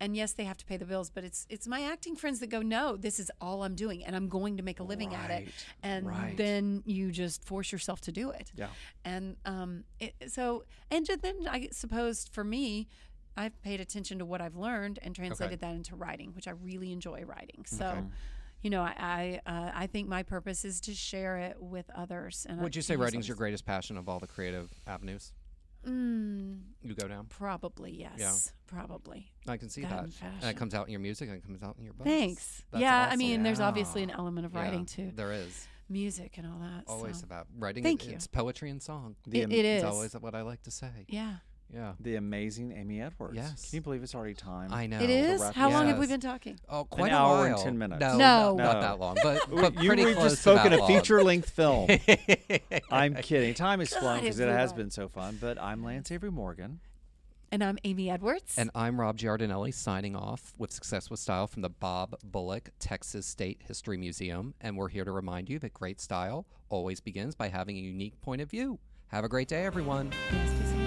S3: and yes, they have to pay the bills, but it's it's my acting friends that go, no, this is all I'm doing, and I'm going to make a living at it,
S2: Right,
S3: and
S2: right.
S3: then you just force yourself to do it.
S2: Yeah.
S3: And um, it, so and ju- then I suppose for me, I've paid attention to what I've learned and translated that into writing, which I really enjoy writing. So. You know, I I, uh, I think my purpose is to share it with others. And I
S1: Would you say
S3: think it's
S1: writing's your
S3: something-
S1: greatest passion of all the creative avenues
S3: Mm,
S1: you go down?
S3: Probably yes. Probably.
S1: I can see
S3: That
S1: that,
S3: and
S1: and
S3: fashion.
S1: it comes out in your music, and it comes out in your books.
S3: Thanks.
S1: That's
S3: yeah, I
S1: awesome.
S3: mean, there's obviously
S2: Yeah.
S3: an element of
S1: Yeah,
S3: writing too,
S1: There is
S3: music and all that.
S1: always
S3: so.
S1: about writing.
S3: Thank
S1: it-
S3: you.
S1: It's poetry and song.
S2: The
S3: It-
S2: am-
S3: it is.
S1: It's always what I like to say.
S3: yeah.
S1: Yeah,
S2: The amazing Amy Edwards.
S1: Yes.
S2: Can you believe it's already time?
S1: I know.
S3: it is.
S2: wrap
S3: How long have we
S1: Yes.
S3: been talking?
S1: Oh, quite a
S2: hour and
S1: while.
S2: 10 minutes.
S1: No,
S3: No.
S1: no, not
S2: No.
S1: that long, but,
S2: We-
S1: but
S2: you
S1: pretty
S2: we've
S1: close
S2: just
S1: to that
S2: spoken a
S1: long.
S2: feature-length film.
S1: (laughs)
S2: I'm kidding. Time is flown
S3: God,
S2: because it has
S3: everyone.
S2: been so fun. But I'm Lance Avery Morgan.
S3: And I'm Amy Edwards.
S1: And I'm Rob Giardinelli signing off with Success with Style from the Bob Bullock Texas State History Museum. And we're here to remind you that great style always begins by having a unique point of view. Have a great day, everyone.
S3: Yes, please.